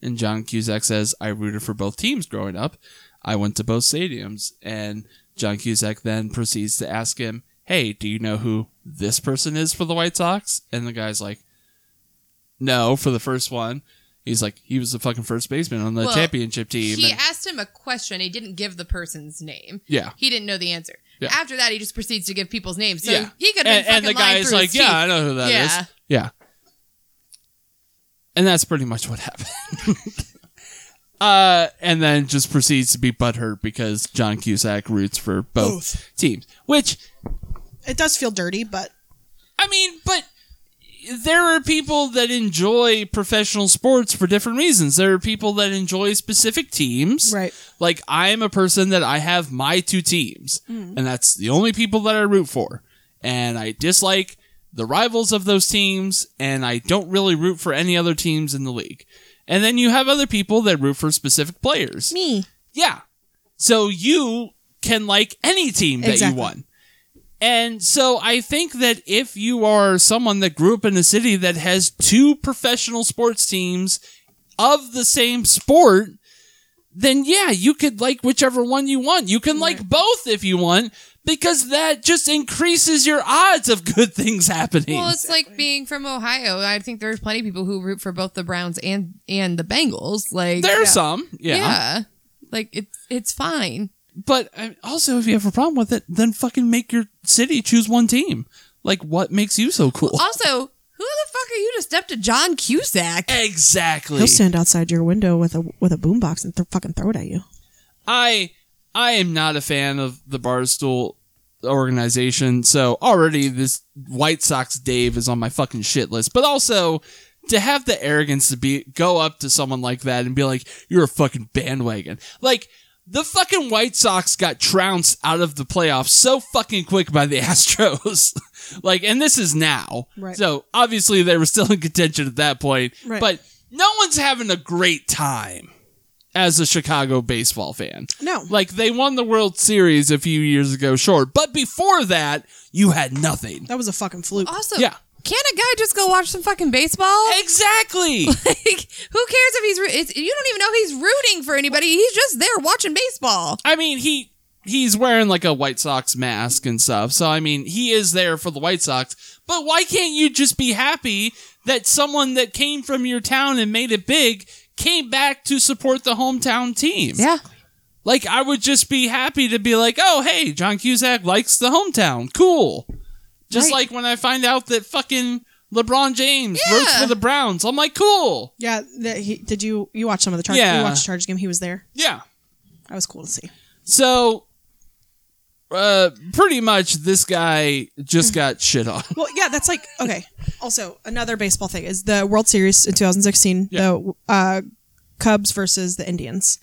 [SPEAKER 2] And John Cusack says, I rooted for both teams growing up. I went to both stadiums. And John Cusack then proceeds to ask him, Hey, do you know who this person is for the White Sox? And the guy's like, No, for the first one. He's like, He was the fucking first baseman on the
[SPEAKER 3] Well,
[SPEAKER 2] championship team.
[SPEAKER 3] He
[SPEAKER 2] And-
[SPEAKER 3] asked him a question. He didn't give the person's name.
[SPEAKER 2] yeah.
[SPEAKER 3] He didn't know the answer.
[SPEAKER 2] Yeah.
[SPEAKER 3] After that, he just proceeds to give people's names. So
[SPEAKER 2] yeah.
[SPEAKER 3] he could have
[SPEAKER 2] and, and the guy is like, Yeah, I know who that is.
[SPEAKER 3] Yeah.
[SPEAKER 2] Yeah. And that's pretty much what happened. uh, and then just proceeds to be butthurt because John Cusack roots for both,
[SPEAKER 1] Both.
[SPEAKER 2] teams. Which,
[SPEAKER 1] It does feel dirty, but
[SPEAKER 2] I mean, but there are people that enjoy professional sports for different reasons. There are people that enjoy specific teams.
[SPEAKER 1] Right.
[SPEAKER 2] Like, I am a person that I have my two teams, and that's the only people that I root for. And I dislike the rivals of those teams, and I don't really root for any other teams in the league. And then you have other people that root for specific players.
[SPEAKER 1] me.
[SPEAKER 2] Yeah. So you can like any team that
[SPEAKER 1] Exactly.
[SPEAKER 2] you want. And so I think that if you are someone that grew up in a city that has two professional sports teams of the same sport, then yeah, you could like whichever one you want. You can like both if you want because that just increases your odds of good things happening.
[SPEAKER 3] Well, it's like being from Ohio. I think there's plenty of people who root for both the Browns and and the Bengals. Like
[SPEAKER 2] there are some,
[SPEAKER 3] yeah.
[SPEAKER 2] yeah.
[SPEAKER 3] Like it's it's fine.
[SPEAKER 2] But I- also, if you have a problem with it, then fucking make your city choose one team. Like, what makes you so cool?
[SPEAKER 3] Also, who the fuck are you to step to John Cusack?
[SPEAKER 2] Exactly.
[SPEAKER 1] He'll stand outside your window with a with a boombox and th- fucking throw it at you.
[SPEAKER 2] I I am not a fan of the Barstool organization, so already this White Sox Dave is on my fucking shit list. But also to have the arrogance to be go up to someone like that and be like, "You're a fucking bandwagon," like. The fucking White Sox got trounced out of the playoffs so fucking quick by the Astros. like, and this is now.
[SPEAKER 1] Right.
[SPEAKER 2] So obviously they were still in contention at that point.
[SPEAKER 1] Right.
[SPEAKER 2] But no one's having a great time as a Chicago baseball fan.
[SPEAKER 1] No.
[SPEAKER 2] Like they won the World Series a few years ago, sure, but before that, you had nothing.
[SPEAKER 1] That was a fucking fluke.
[SPEAKER 3] Also,
[SPEAKER 2] Yeah.
[SPEAKER 3] Can't a guy just go watch some fucking baseball?
[SPEAKER 2] Exactly.
[SPEAKER 3] Like, who cares if he's roo- it's, you don't even know he's rooting for anybody. He's just there watching baseball.
[SPEAKER 2] I mean, he he's wearing like a White Sox mask and stuff. So I mean, he is there for the White Sox. But why can't you just be happy that someone that came from your town and made it big came back to support the hometown team? Like I would just be happy to be like, oh hey, John Cusack likes the hometown. Cool. Just
[SPEAKER 1] Right.
[SPEAKER 2] like when I find out that fucking LeBron James
[SPEAKER 3] Yeah.
[SPEAKER 2] roots for the Browns. I'm like, cool.
[SPEAKER 1] yeah. That he, did you you watch some of the charge?
[SPEAKER 2] Yeah.
[SPEAKER 1] You watched the charge game. He was there.
[SPEAKER 2] Yeah.
[SPEAKER 1] That was cool to see.
[SPEAKER 2] So uh pretty much this guy just got shit on.
[SPEAKER 1] Well, yeah, that's like okay. Also, another baseball thing is the World Series in 2016. The uh, Cubs versus the Indians.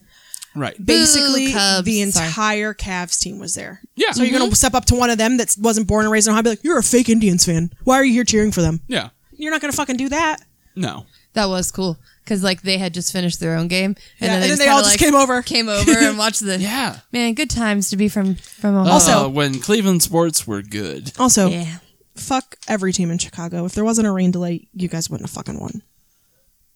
[SPEAKER 2] Right.
[SPEAKER 1] Basically,
[SPEAKER 3] Cubs.
[SPEAKER 1] the
[SPEAKER 3] Sorry.
[SPEAKER 1] entire Cavs team was there.
[SPEAKER 2] Yeah. Mm-hmm.
[SPEAKER 1] So you're gonna step up to one of them that wasn't born and raised in Ohio, and be like, "You're a fake Indians fan. Why are you here cheering for them?"
[SPEAKER 2] Yeah.
[SPEAKER 1] You're not gonna fucking do that.
[SPEAKER 2] No.
[SPEAKER 3] That was cool because like they had just finished their own game, and
[SPEAKER 1] Yeah,
[SPEAKER 3] then they,
[SPEAKER 1] and then
[SPEAKER 3] just
[SPEAKER 1] they all
[SPEAKER 3] kinda,
[SPEAKER 1] just
[SPEAKER 3] like,
[SPEAKER 1] came over.
[SPEAKER 3] came over and watched the
[SPEAKER 2] Yeah.
[SPEAKER 3] man. Good times to be from from Ohio.
[SPEAKER 1] Also-
[SPEAKER 2] Uh, when Cleveland sports were good.
[SPEAKER 1] Also,
[SPEAKER 3] yeah,
[SPEAKER 1] fuck every team in Chicago. If there wasn't a rain delay, you guys wouldn't have fucking won.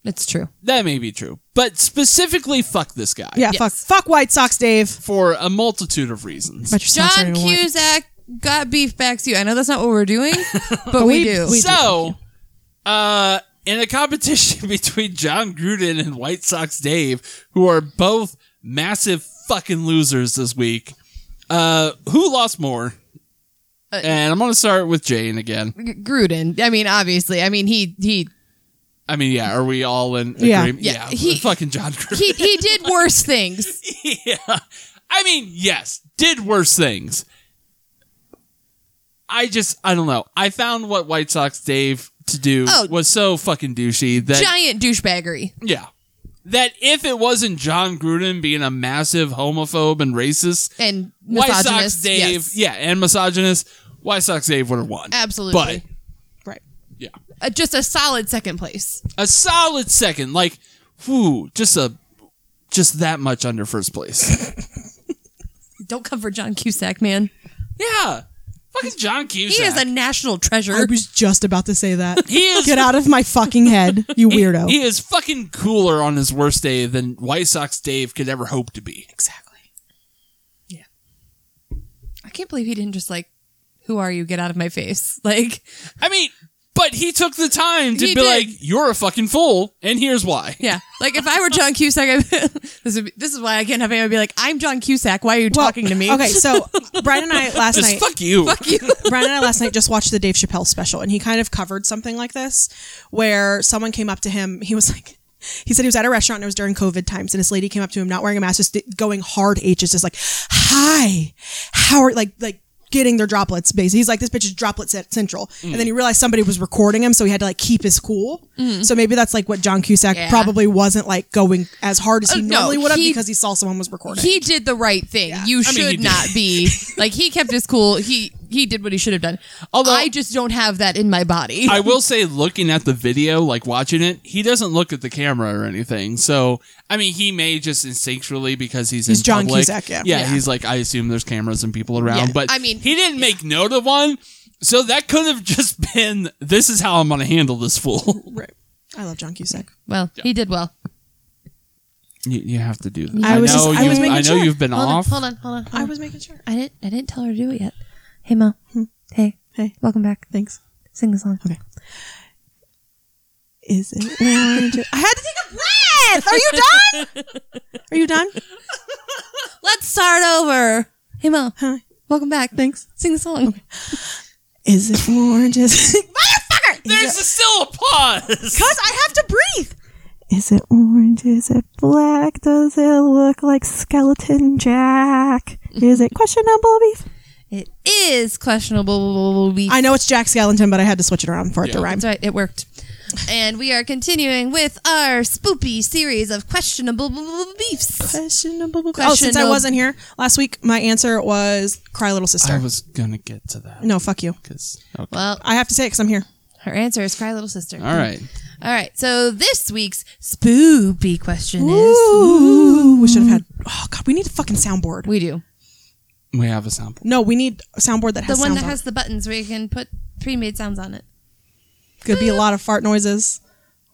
[SPEAKER 3] it's true.
[SPEAKER 2] That may be true. But specifically fuck this guy.
[SPEAKER 1] Yeah,
[SPEAKER 3] Yes.
[SPEAKER 1] fuck, fuck White Sox, Dave.
[SPEAKER 2] For a multitude of reasons.
[SPEAKER 1] But your Sox
[SPEAKER 3] John
[SPEAKER 1] aren't even white.
[SPEAKER 3] Cusack got beef backs you. I know that's not what we're doing, but we,
[SPEAKER 1] we-
[SPEAKER 3] do.
[SPEAKER 1] we-
[SPEAKER 2] so, uh, in a competition between John Gruden and White Sox Dave, who are both massive fucking losers this week, uh, who lost more?
[SPEAKER 3] Uh,
[SPEAKER 2] and I'm gonna start with Jane again.
[SPEAKER 3] G- Gruden. I mean, obviously. I mean, he he
[SPEAKER 2] I mean, yeah, are we all in
[SPEAKER 1] Yeah.
[SPEAKER 2] agreement?
[SPEAKER 3] Yeah, he-
[SPEAKER 2] fucking John Gruden.
[SPEAKER 3] he he did worse things.
[SPEAKER 2] yeah. I mean, yes, did worse things. I just, I don't know. I found what White Sox Dave to do
[SPEAKER 3] Oh.
[SPEAKER 2] was so fucking douchey that
[SPEAKER 3] Giant douchebaggery.
[SPEAKER 2] Yeah. That if it wasn't John Gruden being a massive homophobe and racist,
[SPEAKER 3] and
[SPEAKER 2] White
[SPEAKER 3] misogynist.
[SPEAKER 2] Sox Dave,
[SPEAKER 3] yes.
[SPEAKER 2] yeah, and misogynist, White Sox Dave would have won.
[SPEAKER 3] absolutely.
[SPEAKER 1] Right.
[SPEAKER 2] But yeah,
[SPEAKER 3] Uh, just a solid second place.
[SPEAKER 2] a solid second, like, whew, just a, just that much under first place.
[SPEAKER 3] Don't come for John Cusack, man.
[SPEAKER 2] yeah, Fucking John
[SPEAKER 3] He
[SPEAKER 2] Cusack.
[SPEAKER 3] is a national treasure.
[SPEAKER 1] I was just about to say that.
[SPEAKER 2] He is-
[SPEAKER 1] Get out of my fucking head, you
[SPEAKER 2] He-
[SPEAKER 1] weirdo.
[SPEAKER 2] He, is fucking cooler on his worst day than White Sox Dave could ever hope to be.
[SPEAKER 1] exactly.
[SPEAKER 3] I can't believe he didn't just like, who are you? Get out of my face. Like,
[SPEAKER 2] I mean, but he took the time to
[SPEAKER 3] He
[SPEAKER 2] be
[SPEAKER 3] did.
[SPEAKER 2] like, "You're a fucking fool," and here's why.
[SPEAKER 3] yeah. Like if I were John Cusack, I, this would be, this is why I can't have anyone be like, I'm John Cusack. Why are you
[SPEAKER 1] Well,
[SPEAKER 3] talking to me?
[SPEAKER 1] Okay, so Brian and I last
[SPEAKER 2] Just
[SPEAKER 1] night.
[SPEAKER 2] fuck you.
[SPEAKER 3] Fuck you.
[SPEAKER 1] Brian and I last night just watched the Dave Chappelle special, and he kind of covered something like this, where someone came up to him. He was like, he said he was at a restaurant and it was during COVID times, and this lady came up to him, not wearing a mask, just going hard H's, just like, "Hi, how are like like." Getting their droplets, basically. He's like, this bitch is droplet cent- central. And then he realized somebody was recording him, so he had to like keep his cool. So maybe that's like what John Cusack
[SPEAKER 3] Mm. Yeah.
[SPEAKER 1] probably wasn't like going as hard as he
[SPEAKER 3] Uh, no,
[SPEAKER 1] normally would have
[SPEAKER 3] he-
[SPEAKER 1] because he saw someone was recording.
[SPEAKER 3] He did the right thing.
[SPEAKER 2] I
[SPEAKER 3] You
[SPEAKER 2] mean,
[SPEAKER 3] should
[SPEAKER 2] he did.
[SPEAKER 3] not be like he kept his cool. He he did what he should have done. Although I just don't have that in my body.
[SPEAKER 2] I will say, looking at the video, like watching it, he doesn't look at the camera or anything. So, I mean, he may just instinctually because he's,
[SPEAKER 1] He's
[SPEAKER 2] in
[SPEAKER 1] John
[SPEAKER 2] public.
[SPEAKER 1] Cusack, yeah.
[SPEAKER 2] yeah,
[SPEAKER 3] Yeah.
[SPEAKER 2] he's like, I assume there's cameras and people around.
[SPEAKER 3] Yeah.
[SPEAKER 2] But
[SPEAKER 3] I mean,
[SPEAKER 2] he didn't make note of one, so that could have just been, "This is how I'm going to handle this fool."
[SPEAKER 1] right. I love John Cusack.
[SPEAKER 3] well, he did well.
[SPEAKER 2] you, you have to do that.
[SPEAKER 1] I was
[SPEAKER 2] know
[SPEAKER 1] just- I
[SPEAKER 2] you.
[SPEAKER 1] was making
[SPEAKER 2] know
[SPEAKER 1] sure.
[SPEAKER 2] you've been
[SPEAKER 6] Hold
[SPEAKER 2] off.
[SPEAKER 6] on, hold on, hold on.
[SPEAKER 1] I was making sure.
[SPEAKER 6] I didn't, I didn't tell her to do it yet. Hey, Mo. Hey.
[SPEAKER 1] Hey.
[SPEAKER 6] Welcome back.
[SPEAKER 1] Thanks.
[SPEAKER 6] Sing the song.
[SPEAKER 1] Is it orange? I had to take a breath. Are you done? Are you done?
[SPEAKER 6] Let's start over. Hey, Mo.
[SPEAKER 1] Hi.
[SPEAKER 6] Welcome back. Thanks. Sing the song.
[SPEAKER 1] Is it oranges? Motherfucker!
[SPEAKER 2] There's a, still a pause.
[SPEAKER 1] Because I have to breathe.
[SPEAKER 6] Is it orange? Is it black? Does it look like Skeleton Jack? Is it questionable beef? It is questionable beef.
[SPEAKER 1] I know it's Jack Skellington, but I had to switch it around for it to
[SPEAKER 2] Yeah.
[SPEAKER 1] rhyme.
[SPEAKER 6] That's right, it worked. And we are continuing with our spoopy series of questionable beefs.
[SPEAKER 1] Questionable. Oh, since I
[SPEAKER 6] Questionable.
[SPEAKER 1] wasn't here last week, my answer was "Cry Little Sister."
[SPEAKER 2] I was gonna get to that
[SPEAKER 1] no, fuck you.
[SPEAKER 2] because okay.
[SPEAKER 6] Well,
[SPEAKER 1] I have to say it because I'm here.
[SPEAKER 6] her answer is Cry Little Sister.
[SPEAKER 2] all right.
[SPEAKER 6] All right, so this week's spoopy question is
[SPEAKER 1] Ooh, we should have had. Oh God, we need a fucking soundboard.
[SPEAKER 6] we do.
[SPEAKER 2] We have a sample.
[SPEAKER 1] no, we need a soundboard that
[SPEAKER 6] The
[SPEAKER 1] has
[SPEAKER 6] one
[SPEAKER 1] sounds
[SPEAKER 6] that
[SPEAKER 1] on
[SPEAKER 6] has the buttons where you can put pre made sounds on it.
[SPEAKER 1] it. Could be a lot of fart noises.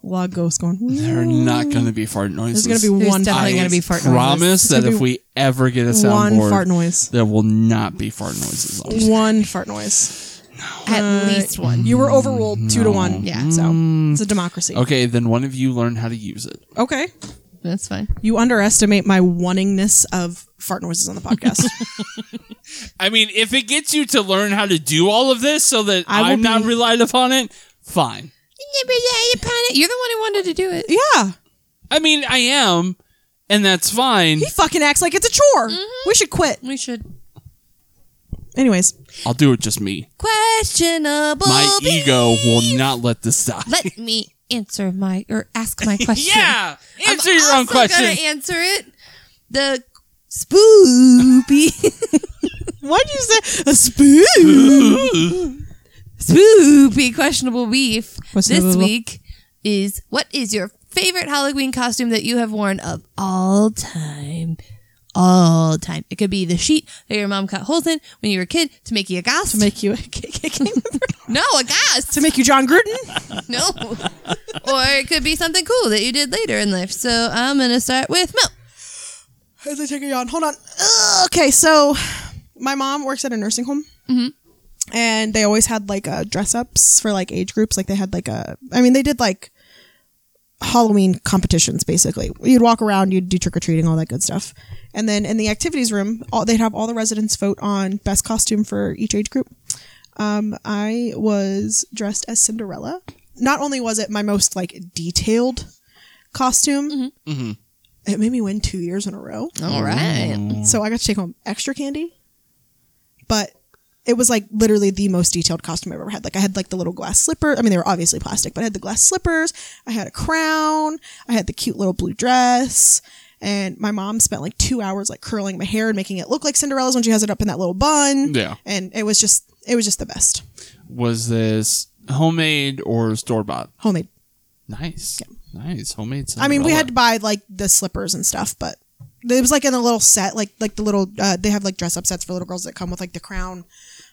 [SPEAKER 1] A lot of ghosts going. "Ooh."
[SPEAKER 2] They're not gonna be fart noises.
[SPEAKER 1] There's Mm. gonna be one.
[SPEAKER 3] definitely
[SPEAKER 1] fart
[SPEAKER 3] gonna be
[SPEAKER 1] noise.
[SPEAKER 3] fart
[SPEAKER 2] promise
[SPEAKER 3] noises.
[SPEAKER 1] It's
[SPEAKER 2] that
[SPEAKER 1] gonna
[SPEAKER 2] if
[SPEAKER 1] be
[SPEAKER 2] we ever get a
[SPEAKER 1] one
[SPEAKER 2] soundboard,
[SPEAKER 1] fart noise.
[SPEAKER 2] there will not be fart noises on it.
[SPEAKER 1] One fart noise.
[SPEAKER 6] At least one.
[SPEAKER 1] You were overruled two to one.
[SPEAKER 6] Yeah.
[SPEAKER 1] So it's a democracy.
[SPEAKER 2] Okay, then one of you learn how to use it.
[SPEAKER 1] Okay.
[SPEAKER 3] That's fine.
[SPEAKER 1] You underestimate my wantingness of fart noises on the podcast.
[SPEAKER 2] I mean, if it gets you to learn how to do all of this so that
[SPEAKER 1] I will
[SPEAKER 2] I'm not
[SPEAKER 1] be-
[SPEAKER 2] relied upon it, fine.
[SPEAKER 6] You're the one who wanted to do it.
[SPEAKER 1] yeah.
[SPEAKER 2] I mean, I am, and that's fine.
[SPEAKER 1] He fucking acts like it's a chore. We should quit.
[SPEAKER 6] We should.
[SPEAKER 1] Anyways,
[SPEAKER 2] I'll do it just me.
[SPEAKER 6] Questionable
[SPEAKER 2] My
[SPEAKER 6] beef.
[SPEAKER 2] ego will not let this stop.
[SPEAKER 6] Let me answer my or ask my question.
[SPEAKER 2] Yeah,
[SPEAKER 6] I'm
[SPEAKER 2] answer your own
[SPEAKER 6] also
[SPEAKER 2] question.
[SPEAKER 6] Gonna answer it. The spoopy
[SPEAKER 1] why'd you say a spoon?
[SPEAKER 6] spoopy questionable beef this
[SPEAKER 1] Questionable.
[SPEAKER 6] week is what is your favorite Halloween costume that you have worn of all time? All time. It could be the sheet that your mom cut holes in when you were a kid to make you a ghost.
[SPEAKER 1] to make you to
[SPEAKER 6] no, a ghost.
[SPEAKER 1] make you John Gruden.
[SPEAKER 6] No. or it could be something cool that you did later in life. So I'm going to start with Mo.
[SPEAKER 1] As I take a yawn. Hold on. Ugh, okay, so my mom works at a nursing home. And they always had like uh, dress ups for like age groups. Like they had like a, I mean, they did like Halloween competitions basically. You'd walk around, you'd do trick or treating, all that good stuff. And then in the activities room, all, they'd have all the residents vote on best costume for each age group. Um, I was dressed as Cinderella. Not only was it my most like detailed costume, it made me win two years in a row.
[SPEAKER 6] All right.
[SPEAKER 1] So I got to take home extra candy, but it was like literally the most detailed costume I've ever had. Like I had like the little glass slipper. I mean, they were obviously plastic, but I had the glass slippers. I had a crown. I had the cute little blue dress. And my mom spent like two hours like curling my hair and making it look like Cinderella's when she has it up in that little bun.
[SPEAKER 2] Yeah.
[SPEAKER 1] And it was just, it was just the best.
[SPEAKER 2] Was this homemade or store bought?
[SPEAKER 1] Homemade.
[SPEAKER 2] Nice, nice homemade.
[SPEAKER 1] I mean, we
[SPEAKER 2] Cinderella.
[SPEAKER 1] had to buy like the slippers and stuff, but it was like in a little set, like like the little uh, they have like dress up sets for little girls that come with like the crown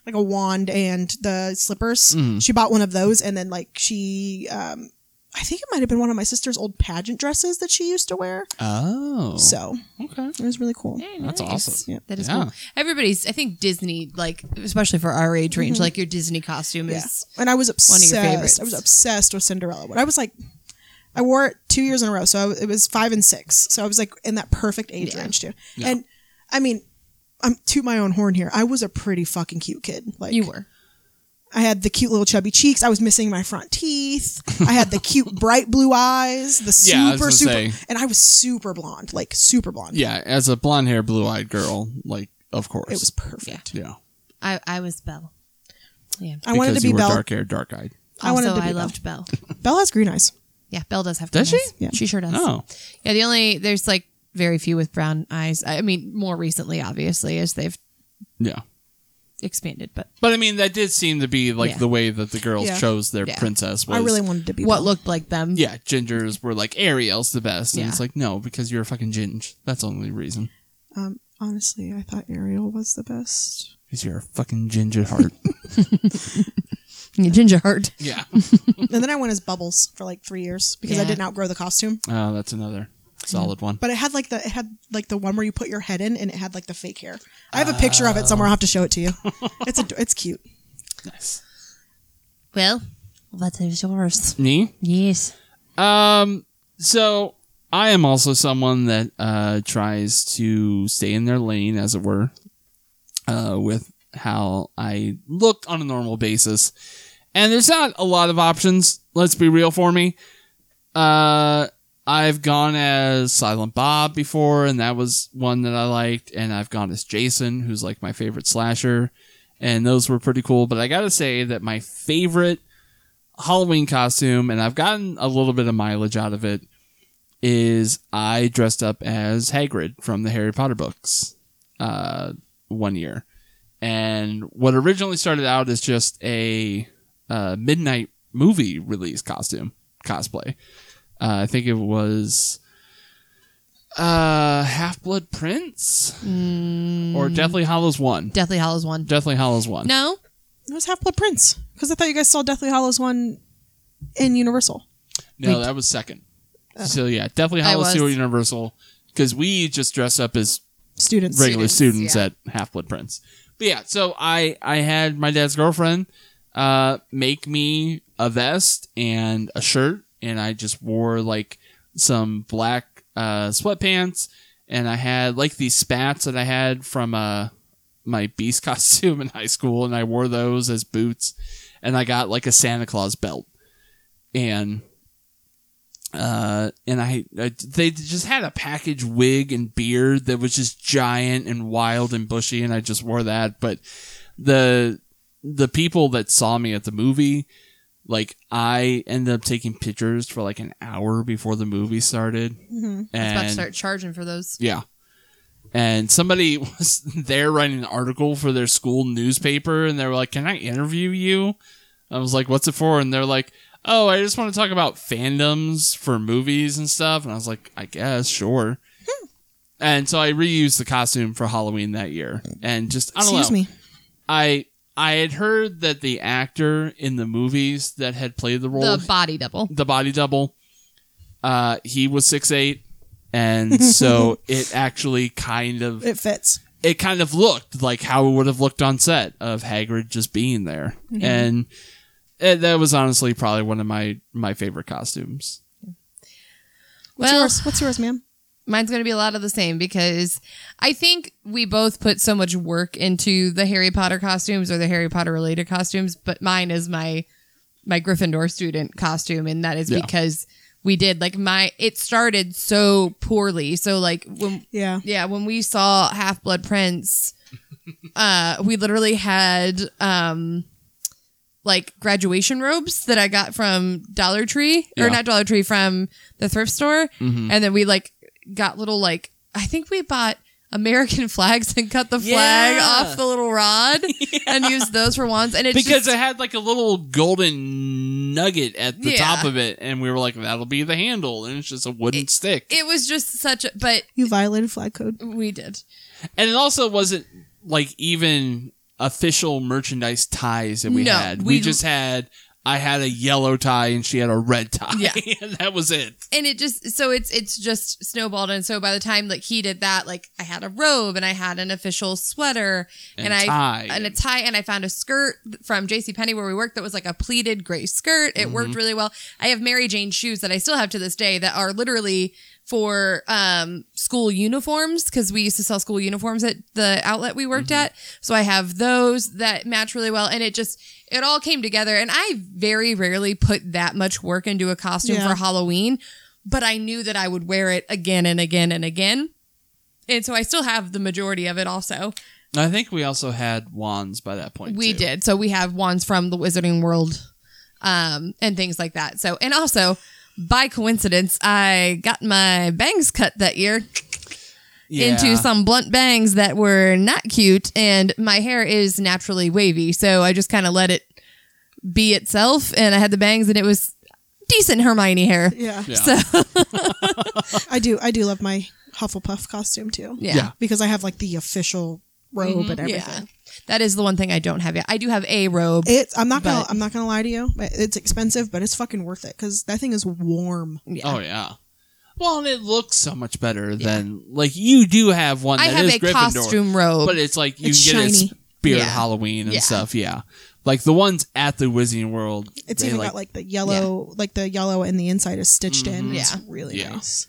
[SPEAKER 1] like a wand and the slippers.
[SPEAKER 2] Mm-hmm.
[SPEAKER 1] She bought one of those, and then like she, um, I think it might have been one of my sister's old pageant dresses that she used to wear.
[SPEAKER 2] Oh,
[SPEAKER 1] So
[SPEAKER 2] okay,
[SPEAKER 1] it was really cool.
[SPEAKER 2] that's awesome.
[SPEAKER 3] That is
[SPEAKER 2] Yeah.
[SPEAKER 3] cool. Everybody's, I think Disney, like, especially for our age range,
[SPEAKER 1] Mm-hmm.
[SPEAKER 3] like your Disney costume
[SPEAKER 1] Yeah.
[SPEAKER 3] is.
[SPEAKER 1] And I was
[SPEAKER 3] of
[SPEAKER 1] obsessed.
[SPEAKER 3] your favorites.
[SPEAKER 1] I was obsessed with Cinderella. When I was like, I wore it two years in a row. So I, it was five and six. So I was like in that perfect age range too. And I mean, I'm to my own horn here. I was a pretty fucking cute kid. Like
[SPEAKER 3] You were.
[SPEAKER 1] I had the cute little chubby cheeks. I was missing my front teeth. I had the cute bright blue eyes. The super
[SPEAKER 2] Yeah, I was gonna
[SPEAKER 1] super,
[SPEAKER 2] say.
[SPEAKER 1] and I was super blonde, like super blonde.
[SPEAKER 2] Yeah, as a blonde hair, blue eyed girl, like of course.
[SPEAKER 1] it was perfect.
[SPEAKER 2] yeah.
[SPEAKER 6] I, I was Belle.
[SPEAKER 1] I wanted to
[SPEAKER 2] Because you
[SPEAKER 1] be
[SPEAKER 2] were
[SPEAKER 1] Belle.
[SPEAKER 2] dark haired, dark eyed.
[SPEAKER 1] I wanted
[SPEAKER 6] Also,
[SPEAKER 1] to be
[SPEAKER 6] I
[SPEAKER 1] Belle.
[SPEAKER 6] loved Belle.
[SPEAKER 1] Belle has green eyes.
[SPEAKER 6] Yeah, Belle does have.
[SPEAKER 2] Does
[SPEAKER 6] green
[SPEAKER 2] she?
[SPEAKER 6] eyes.
[SPEAKER 1] Yeah.
[SPEAKER 6] she sure does.
[SPEAKER 2] Oh,
[SPEAKER 6] Yeah, the only there's like very few with brown eyes. I I mean, more recently, obviously, as they've
[SPEAKER 2] yeah.
[SPEAKER 6] expanded. But
[SPEAKER 2] But I mean, that did seem to be like
[SPEAKER 6] Yeah.
[SPEAKER 2] the way that the girls
[SPEAKER 1] Yeah.
[SPEAKER 2] chose their
[SPEAKER 6] Yeah.
[SPEAKER 2] princess. Was,
[SPEAKER 1] I really wanted to be
[SPEAKER 6] what
[SPEAKER 1] Belle.
[SPEAKER 6] looked like them?
[SPEAKER 2] Yeah, gingers were like Ariel's the best, and
[SPEAKER 6] Yeah.
[SPEAKER 2] it's like no, because you're a fucking ginge. That's the only reason.
[SPEAKER 1] Um, honestly, I thought Ariel was the best.
[SPEAKER 2] Because you're a fucking ginger heart.
[SPEAKER 6] Yeah, ginger heart.
[SPEAKER 2] yeah.
[SPEAKER 1] and then I went as Bubbles for like three years because I
[SPEAKER 6] Yeah.
[SPEAKER 1] didn't outgrow the costume.
[SPEAKER 2] Oh, that's another solid one.
[SPEAKER 1] But it had like the it had like the one where you put your head in, and it had like the fake hair. I have a picture of it somewhere. I'll have to show it to you. It's a, it's cute.
[SPEAKER 2] Nice.
[SPEAKER 6] Well, what is yours?
[SPEAKER 2] Me?
[SPEAKER 6] Yes.
[SPEAKER 2] Um, so I am also someone that uh, tries to stay in their lane, as it were, uh, with how I look on a normal basis. And there's not a lot of options. Let's be real for me. Uh, I've gone as Silent Bob before, and that was one that I liked. And I've gone as Jason, who's like my favorite slasher. And those were pretty cool. But I gotta say that my favorite Halloween costume, and I've gotten a little bit of mileage out of it, is I dressed up as Hagrid from the Harry Potter books uh, one year. And what originally started out as just a uh, midnight movie release costume cosplay. Uh, I think it was uh, Half Blood Prince or Deathly Hollows 1.
[SPEAKER 6] Deathly Hollows one.
[SPEAKER 2] Deathly Hollows 1.
[SPEAKER 6] No,
[SPEAKER 1] It was Half Blood Prince because I thought you guys saw Deathly Hollows one in Universal.
[SPEAKER 2] No, that was second. so yeah, definitely
[SPEAKER 6] Uh, I
[SPEAKER 2] Hollow
[SPEAKER 6] was.
[SPEAKER 2] Two Universal because we just dress up as
[SPEAKER 1] Students,
[SPEAKER 2] regular
[SPEAKER 3] Students,
[SPEAKER 2] students, at Half Blood Prince. But yeah, so I I had my dad's girlfriend uh, make me a vest and a shirt, and I just wore like some black uh, sweatpants, and I had like these spats that I had from uh, my beast costume in high school, and I wore those as boots, and I got like a Santa Claus belt, and uh, and I, I they just had a package wig and beard that was just giant and wild and bushy, and I just wore that. But the the people that saw me at the movie, like I ended up taking pictures for like an hour before the movie started, mm-hmm. and
[SPEAKER 3] About to start charging for those.
[SPEAKER 2] yeah. And somebody was there writing an article for their school newspaper, and they were like, Can I interview you? I was like, What's it for? And they're like, Oh, I just want to talk about fandoms for movies and stuff. And I was like, I guess, sure.
[SPEAKER 1] Hmm.
[SPEAKER 2] and so I reused the costume for Halloween that year. And just, I don't
[SPEAKER 1] Excuse
[SPEAKER 2] know.
[SPEAKER 1] me.
[SPEAKER 2] I. I had heard that the actor in the movies that had played the role,
[SPEAKER 3] The body double.
[SPEAKER 2] the body double. Uh, he was six eight, and so it actually kind of
[SPEAKER 1] It fits.
[SPEAKER 2] it kind of looked like how it would have looked on set of Hagrid just being there,
[SPEAKER 3] Mm-hmm.
[SPEAKER 2] and uh, that was honestly probably one of my my favorite costumes.
[SPEAKER 1] What's
[SPEAKER 3] Well-
[SPEAKER 1] yours? What's yours, ma'am?
[SPEAKER 3] Mine's going to be a lot of the same because I think we both put so much work into the Harry Potter costumes or the Harry Potter related costumes, but mine is my my Gryffindor student costume and that is
[SPEAKER 2] Yeah.
[SPEAKER 3] because we did like my it started so poorly. So like when
[SPEAKER 1] Yeah.
[SPEAKER 3] yeah, when we saw Half Blood Prince, uh, we literally had um, like graduation robes that I got from Dollar Tree or
[SPEAKER 2] Yeah.
[SPEAKER 3] not Dollar Tree from the thrift store, and then we like got little like I think we bought. American flags and cut the flag
[SPEAKER 2] Yeah.
[SPEAKER 3] off the little rod and used those for wands. And it's
[SPEAKER 2] Because
[SPEAKER 3] just,
[SPEAKER 2] it had like a little golden nugget at the
[SPEAKER 3] Yeah.
[SPEAKER 2] top of it, and we were like, "That'll be the handle," and it's just a wooden stick.
[SPEAKER 3] it was just such a, but
[SPEAKER 1] You violated flag code.
[SPEAKER 3] we did.
[SPEAKER 2] and it also wasn't like even official merchandise ties that we
[SPEAKER 3] No,
[SPEAKER 2] had. We,
[SPEAKER 3] we-
[SPEAKER 2] just had I had a yellow tie and she had a red tie.
[SPEAKER 3] Yeah.
[SPEAKER 2] and that was it.
[SPEAKER 3] and it just so it's it's just snowballed and so by the time like he did that like i had a robe and i had an official sweater
[SPEAKER 2] And
[SPEAKER 3] and, i
[SPEAKER 2] tie.
[SPEAKER 3] and a tie and i found a skirt from jc Penney where we worked that was like a pleated gray skirt it worked really well i have mary jane shoes that i still have to this day that are literally for um school uniforms because we used to sell school uniforms at the outlet we worked at so i have those that match really well and it just it all came together and i very rarely put that much work into a costume
[SPEAKER 1] Yeah.
[SPEAKER 3] for halloween but I knew that I would wear it again and again and again. And so I still have the majority of it also.
[SPEAKER 2] I think we also had wands by that point.
[SPEAKER 3] We
[SPEAKER 2] too.
[SPEAKER 3] did. So we have wands from the Wizarding World um, and things like that. So, and also by coincidence, I got my bangs cut that year
[SPEAKER 2] Yeah.
[SPEAKER 3] into some blunt bangs that were not cute. And my hair is naturally wavy. So I just kind of let it be itself. And I had the bangs and it was decent Hermione hair.
[SPEAKER 1] Yeah.
[SPEAKER 2] Yeah.
[SPEAKER 1] I do. I do love my Hufflepuff costume too.
[SPEAKER 3] Yeah.
[SPEAKER 2] Yeah.
[SPEAKER 1] Because I have like the official robe and everything.
[SPEAKER 3] That is the one thing I don't have yet. I do have a robe.
[SPEAKER 1] It's I'm not gonna
[SPEAKER 3] But-
[SPEAKER 1] I'm not gonna lie to you. but It's expensive, but it's fucking worth it because that thing is warm.
[SPEAKER 2] Oh yeah. Well, and it looks so much better than like you do have one
[SPEAKER 3] I
[SPEAKER 2] that is
[SPEAKER 3] have a
[SPEAKER 2] Gryffindor,
[SPEAKER 3] costume robe.
[SPEAKER 2] but it's like you
[SPEAKER 1] It's
[SPEAKER 2] can get
[SPEAKER 1] shiny.
[SPEAKER 2] a spirit
[SPEAKER 3] Yeah.
[SPEAKER 2] Halloween and
[SPEAKER 3] Yeah.
[SPEAKER 2] stuff. Yeah, like the ones at the Wizarding World.
[SPEAKER 1] It's
[SPEAKER 2] they,
[SPEAKER 1] even got like the yellow, like the yellow and the inside is stitched in. It's
[SPEAKER 3] Yeah.
[SPEAKER 1] really
[SPEAKER 2] Yeah.
[SPEAKER 1] nice.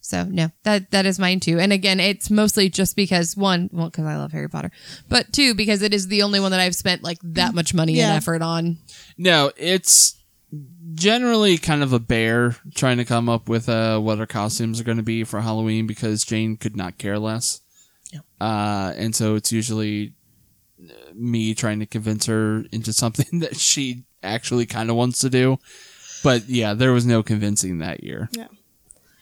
[SPEAKER 3] so no, that that is mine too. And again, it's mostly just because one, well, because I love Harry Potter, but two because it is the only one that I've spent like that much money
[SPEAKER 1] Yeah.
[SPEAKER 3] and effort on.
[SPEAKER 2] no, it's generally kind of a bear trying to come up with uh, what our costumes are going to be for Halloween because Jane could not care less. Uh, and so it's usually uh, me trying to convince her into something that she actually kind of wants to do. But yeah, there was no convincing that year.
[SPEAKER 1] Yeah.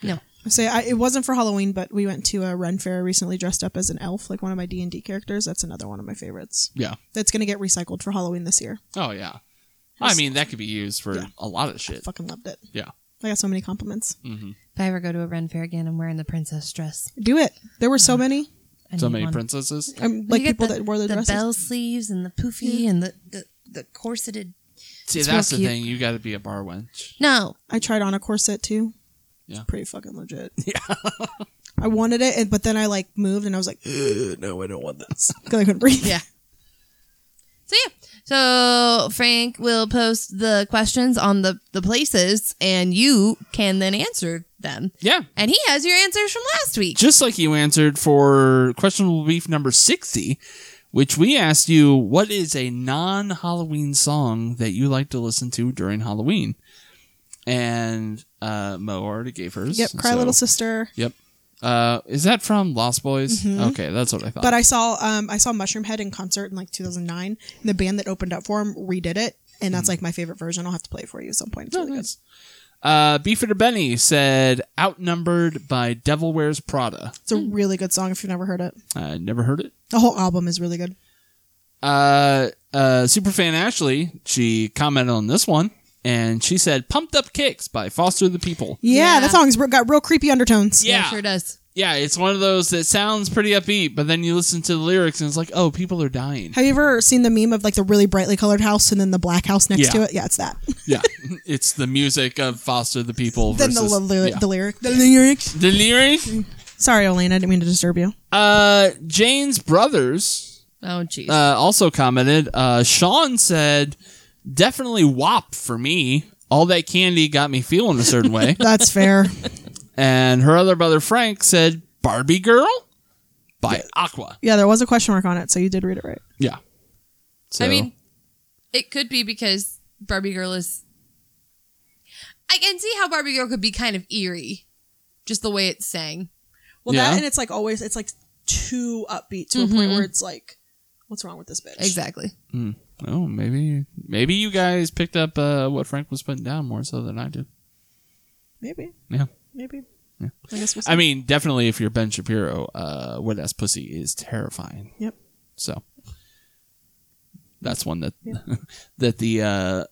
[SPEAKER 3] No.
[SPEAKER 1] Say I, it wasn't for Halloween, but we went to a Ren Fair recently dressed up as an elf, like one of my D and D characters. That's another one of my favorites.
[SPEAKER 2] Yeah.
[SPEAKER 1] That's gonna get recycled for Halloween this year.
[SPEAKER 2] Oh yeah. I mean, that could be used for
[SPEAKER 1] Yeah.
[SPEAKER 2] a lot of shit.
[SPEAKER 1] Fucking loved it.
[SPEAKER 2] Yeah.
[SPEAKER 1] I got so many compliments.
[SPEAKER 6] If I ever go to a Ren fair again, I'm wearing the princess dress.
[SPEAKER 1] Do it. There were so many.
[SPEAKER 6] I
[SPEAKER 2] So
[SPEAKER 6] need
[SPEAKER 2] many
[SPEAKER 6] one.
[SPEAKER 2] princesses.
[SPEAKER 1] Um, like
[SPEAKER 6] You get
[SPEAKER 1] people that wore the,
[SPEAKER 6] the
[SPEAKER 1] dresses.
[SPEAKER 6] bell sleeves and the poofy and the, the the corseted.
[SPEAKER 2] See,
[SPEAKER 6] It's real
[SPEAKER 2] that's the
[SPEAKER 6] cute.
[SPEAKER 2] thing. You got to be a bar wench.
[SPEAKER 6] No,
[SPEAKER 1] I tried on a corset too.
[SPEAKER 2] Yeah.
[SPEAKER 1] It's pretty fucking legit. Yeah. I wanted it, and- but then I like moved and I was like, "Ugh, no, I don't want this because I couldn't breathe.
[SPEAKER 3] Yeah.
[SPEAKER 6] So yeah. So Frank will post the questions on the the places, and you can then answer them.
[SPEAKER 2] Yeah.
[SPEAKER 6] And he has your answers from last week.
[SPEAKER 2] Just like you answered for questionable beef number 60, which we asked you, what is a non Halloween song that you like to listen to during Halloween? And uh, Mo already gave hers.
[SPEAKER 1] Yep. Cry
[SPEAKER 2] so-
[SPEAKER 1] little sister.
[SPEAKER 2] Yep. Uh, is that from Lost Boys? Okay, that's what I thought.
[SPEAKER 1] Mm-hmm. But I saw um I saw Mushroom Head in concert in like 2009. And the band that opened up for him redid it,
[SPEAKER 2] Mm.
[SPEAKER 1] and that's like my favorite version. I'll have to play it for you at some point.
[SPEAKER 2] Oh,
[SPEAKER 1] It's really good.
[SPEAKER 2] uh, Beefeater Benny said, outnumbered by Devil Wears Prada.
[SPEAKER 1] It's a really good song if you've never heard it.
[SPEAKER 2] I never heard it.
[SPEAKER 1] The whole album is really good.
[SPEAKER 2] uh, uh, superfan Ashley, she commented on this one, and she said, "Pumped Up Kicks" by Foster the People.
[SPEAKER 1] Yeah,
[SPEAKER 3] Yeah.
[SPEAKER 1] that song's re- got real creepy undertones.
[SPEAKER 2] Yeah.
[SPEAKER 3] sure does.
[SPEAKER 2] Yeah, it's one of those that sounds pretty upbeat, but then you listen to the lyrics and it's like, oh, people are dying.
[SPEAKER 1] Have you ever seen the meme of like the really brightly colored house and then the black house next
[SPEAKER 2] Yeah.
[SPEAKER 1] to it? Yeah, it's that.
[SPEAKER 2] yeah, it's the music of Foster the People.
[SPEAKER 1] then
[SPEAKER 2] Versus,
[SPEAKER 1] the, li-
[SPEAKER 2] yeah.
[SPEAKER 1] the lyric. The lyric.
[SPEAKER 2] the lyrics.
[SPEAKER 1] Sorry, Elaine, I didn't mean to disturb you.
[SPEAKER 2] Uh, Jane's brothers
[SPEAKER 3] Oh jeez.
[SPEAKER 2] uh, also commented. Uh, Sean said, "Definitely WAP for me." All that candy got me feeling a certain way.
[SPEAKER 1] That's fair.
[SPEAKER 2] And her other brother Frank said Barbie Girl by Aqua.
[SPEAKER 1] yeah, there was a question mark on it, so you did read it right.
[SPEAKER 2] Yeah. So,
[SPEAKER 3] I mean, it could be because Barbie Girl is. I can see how Barbie Girl could be kind of eerie, just the way it's sang.
[SPEAKER 1] Well,
[SPEAKER 2] Yeah. Mm-hmm.
[SPEAKER 1] that and it's like always, it's like too upbeat to a point where it's like, what's wrong with this bitch?
[SPEAKER 3] Exactly.
[SPEAKER 2] oh, maybe maybe you guys picked up uh, what Frank was putting down more so than I did.
[SPEAKER 1] Maybe,
[SPEAKER 2] Yeah.
[SPEAKER 1] maybe. I guess we'll see.
[SPEAKER 2] I mean, definitely if you're Ben Shapiro, uh, wet ass pussy is terrifying.
[SPEAKER 1] yep.
[SPEAKER 2] So that's one that that the uh,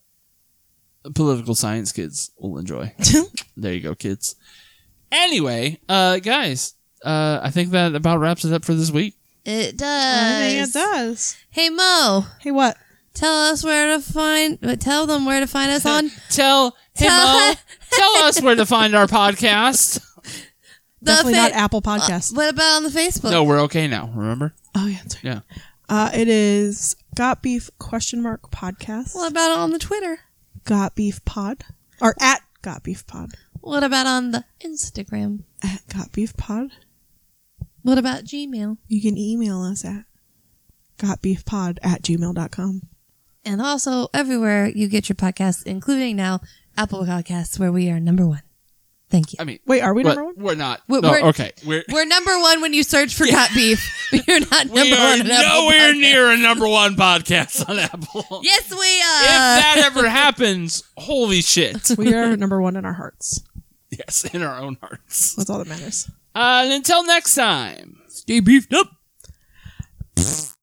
[SPEAKER 2] political science kids will enjoy. there you go, kids. Anyway, uh, guys, uh, I think that about wraps it up for this week.
[SPEAKER 3] It
[SPEAKER 1] I
[SPEAKER 3] does.
[SPEAKER 1] think it does.
[SPEAKER 3] Hey Mo,
[SPEAKER 1] Hey, what?
[SPEAKER 3] tell us where to find. uh, Tell them where to find us on
[SPEAKER 2] Tell hey Mo, tell us where to find our podcast.
[SPEAKER 3] the.
[SPEAKER 1] Definitely
[SPEAKER 3] fa-
[SPEAKER 1] not Apple
[SPEAKER 2] uh,
[SPEAKER 1] Podcasts.
[SPEAKER 3] what about on the Facebook?
[SPEAKER 2] No, we're okay now. Remember?
[SPEAKER 1] oh yeah, that's right.
[SPEAKER 2] Yeah.
[SPEAKER 1] Uh, it is Got Beef question mark podcast.
[SPEAKER 3] What about on the Twitter?
[SPEAKER 1] Got Beef Pod or at Got Beef Pod
[SPEAKER 3] What about on the Instagram?
[SPEAKER 1] at Got Beef Pod.
[SPEAKER 3] What about Gmail?
[SPEAKER 1] You can email us at gotbeefpod at gmail.com.
[SPEAKER 3] And also everywhere you get your podcasts, including now Apple Podcasts, where we are number one. Thank you.
[SPEAKER 2] I mean,
[SPEAKER 1] Wait, are we
[SPEAKER 2] but
[SPEAKER 1] number one?
[SPEAKER 2] we're not.
[SPEAKER 3] We're-
[SPEAKER 2] no,
[SPEAKER 3] we're-
[SPEAKER 2] okay. We're
[SPEAKER 3] We're number one when you search for got beef. but You're not number
[SPEAKER 2] we are
[SPEAKER 3] one. on Apple
[SPEAKER 2] nowhere
[SPEAKER 3] Podcasts.
[SPEAKER 2] near a number one podcast on Apple.
[SPEAKER 3] Yes, we are.
[SPEAKER 2] If that ever happens, holy shit.
[SPEAKER 1] We are number one in our hearts.
[SPEAKER 2] Yes, in our own hearts.
[SPEAKER 1] That's all that matters.
[SPEAKER 2] Uh, and until next time.
[SPEAKER 3] Stay beefed up.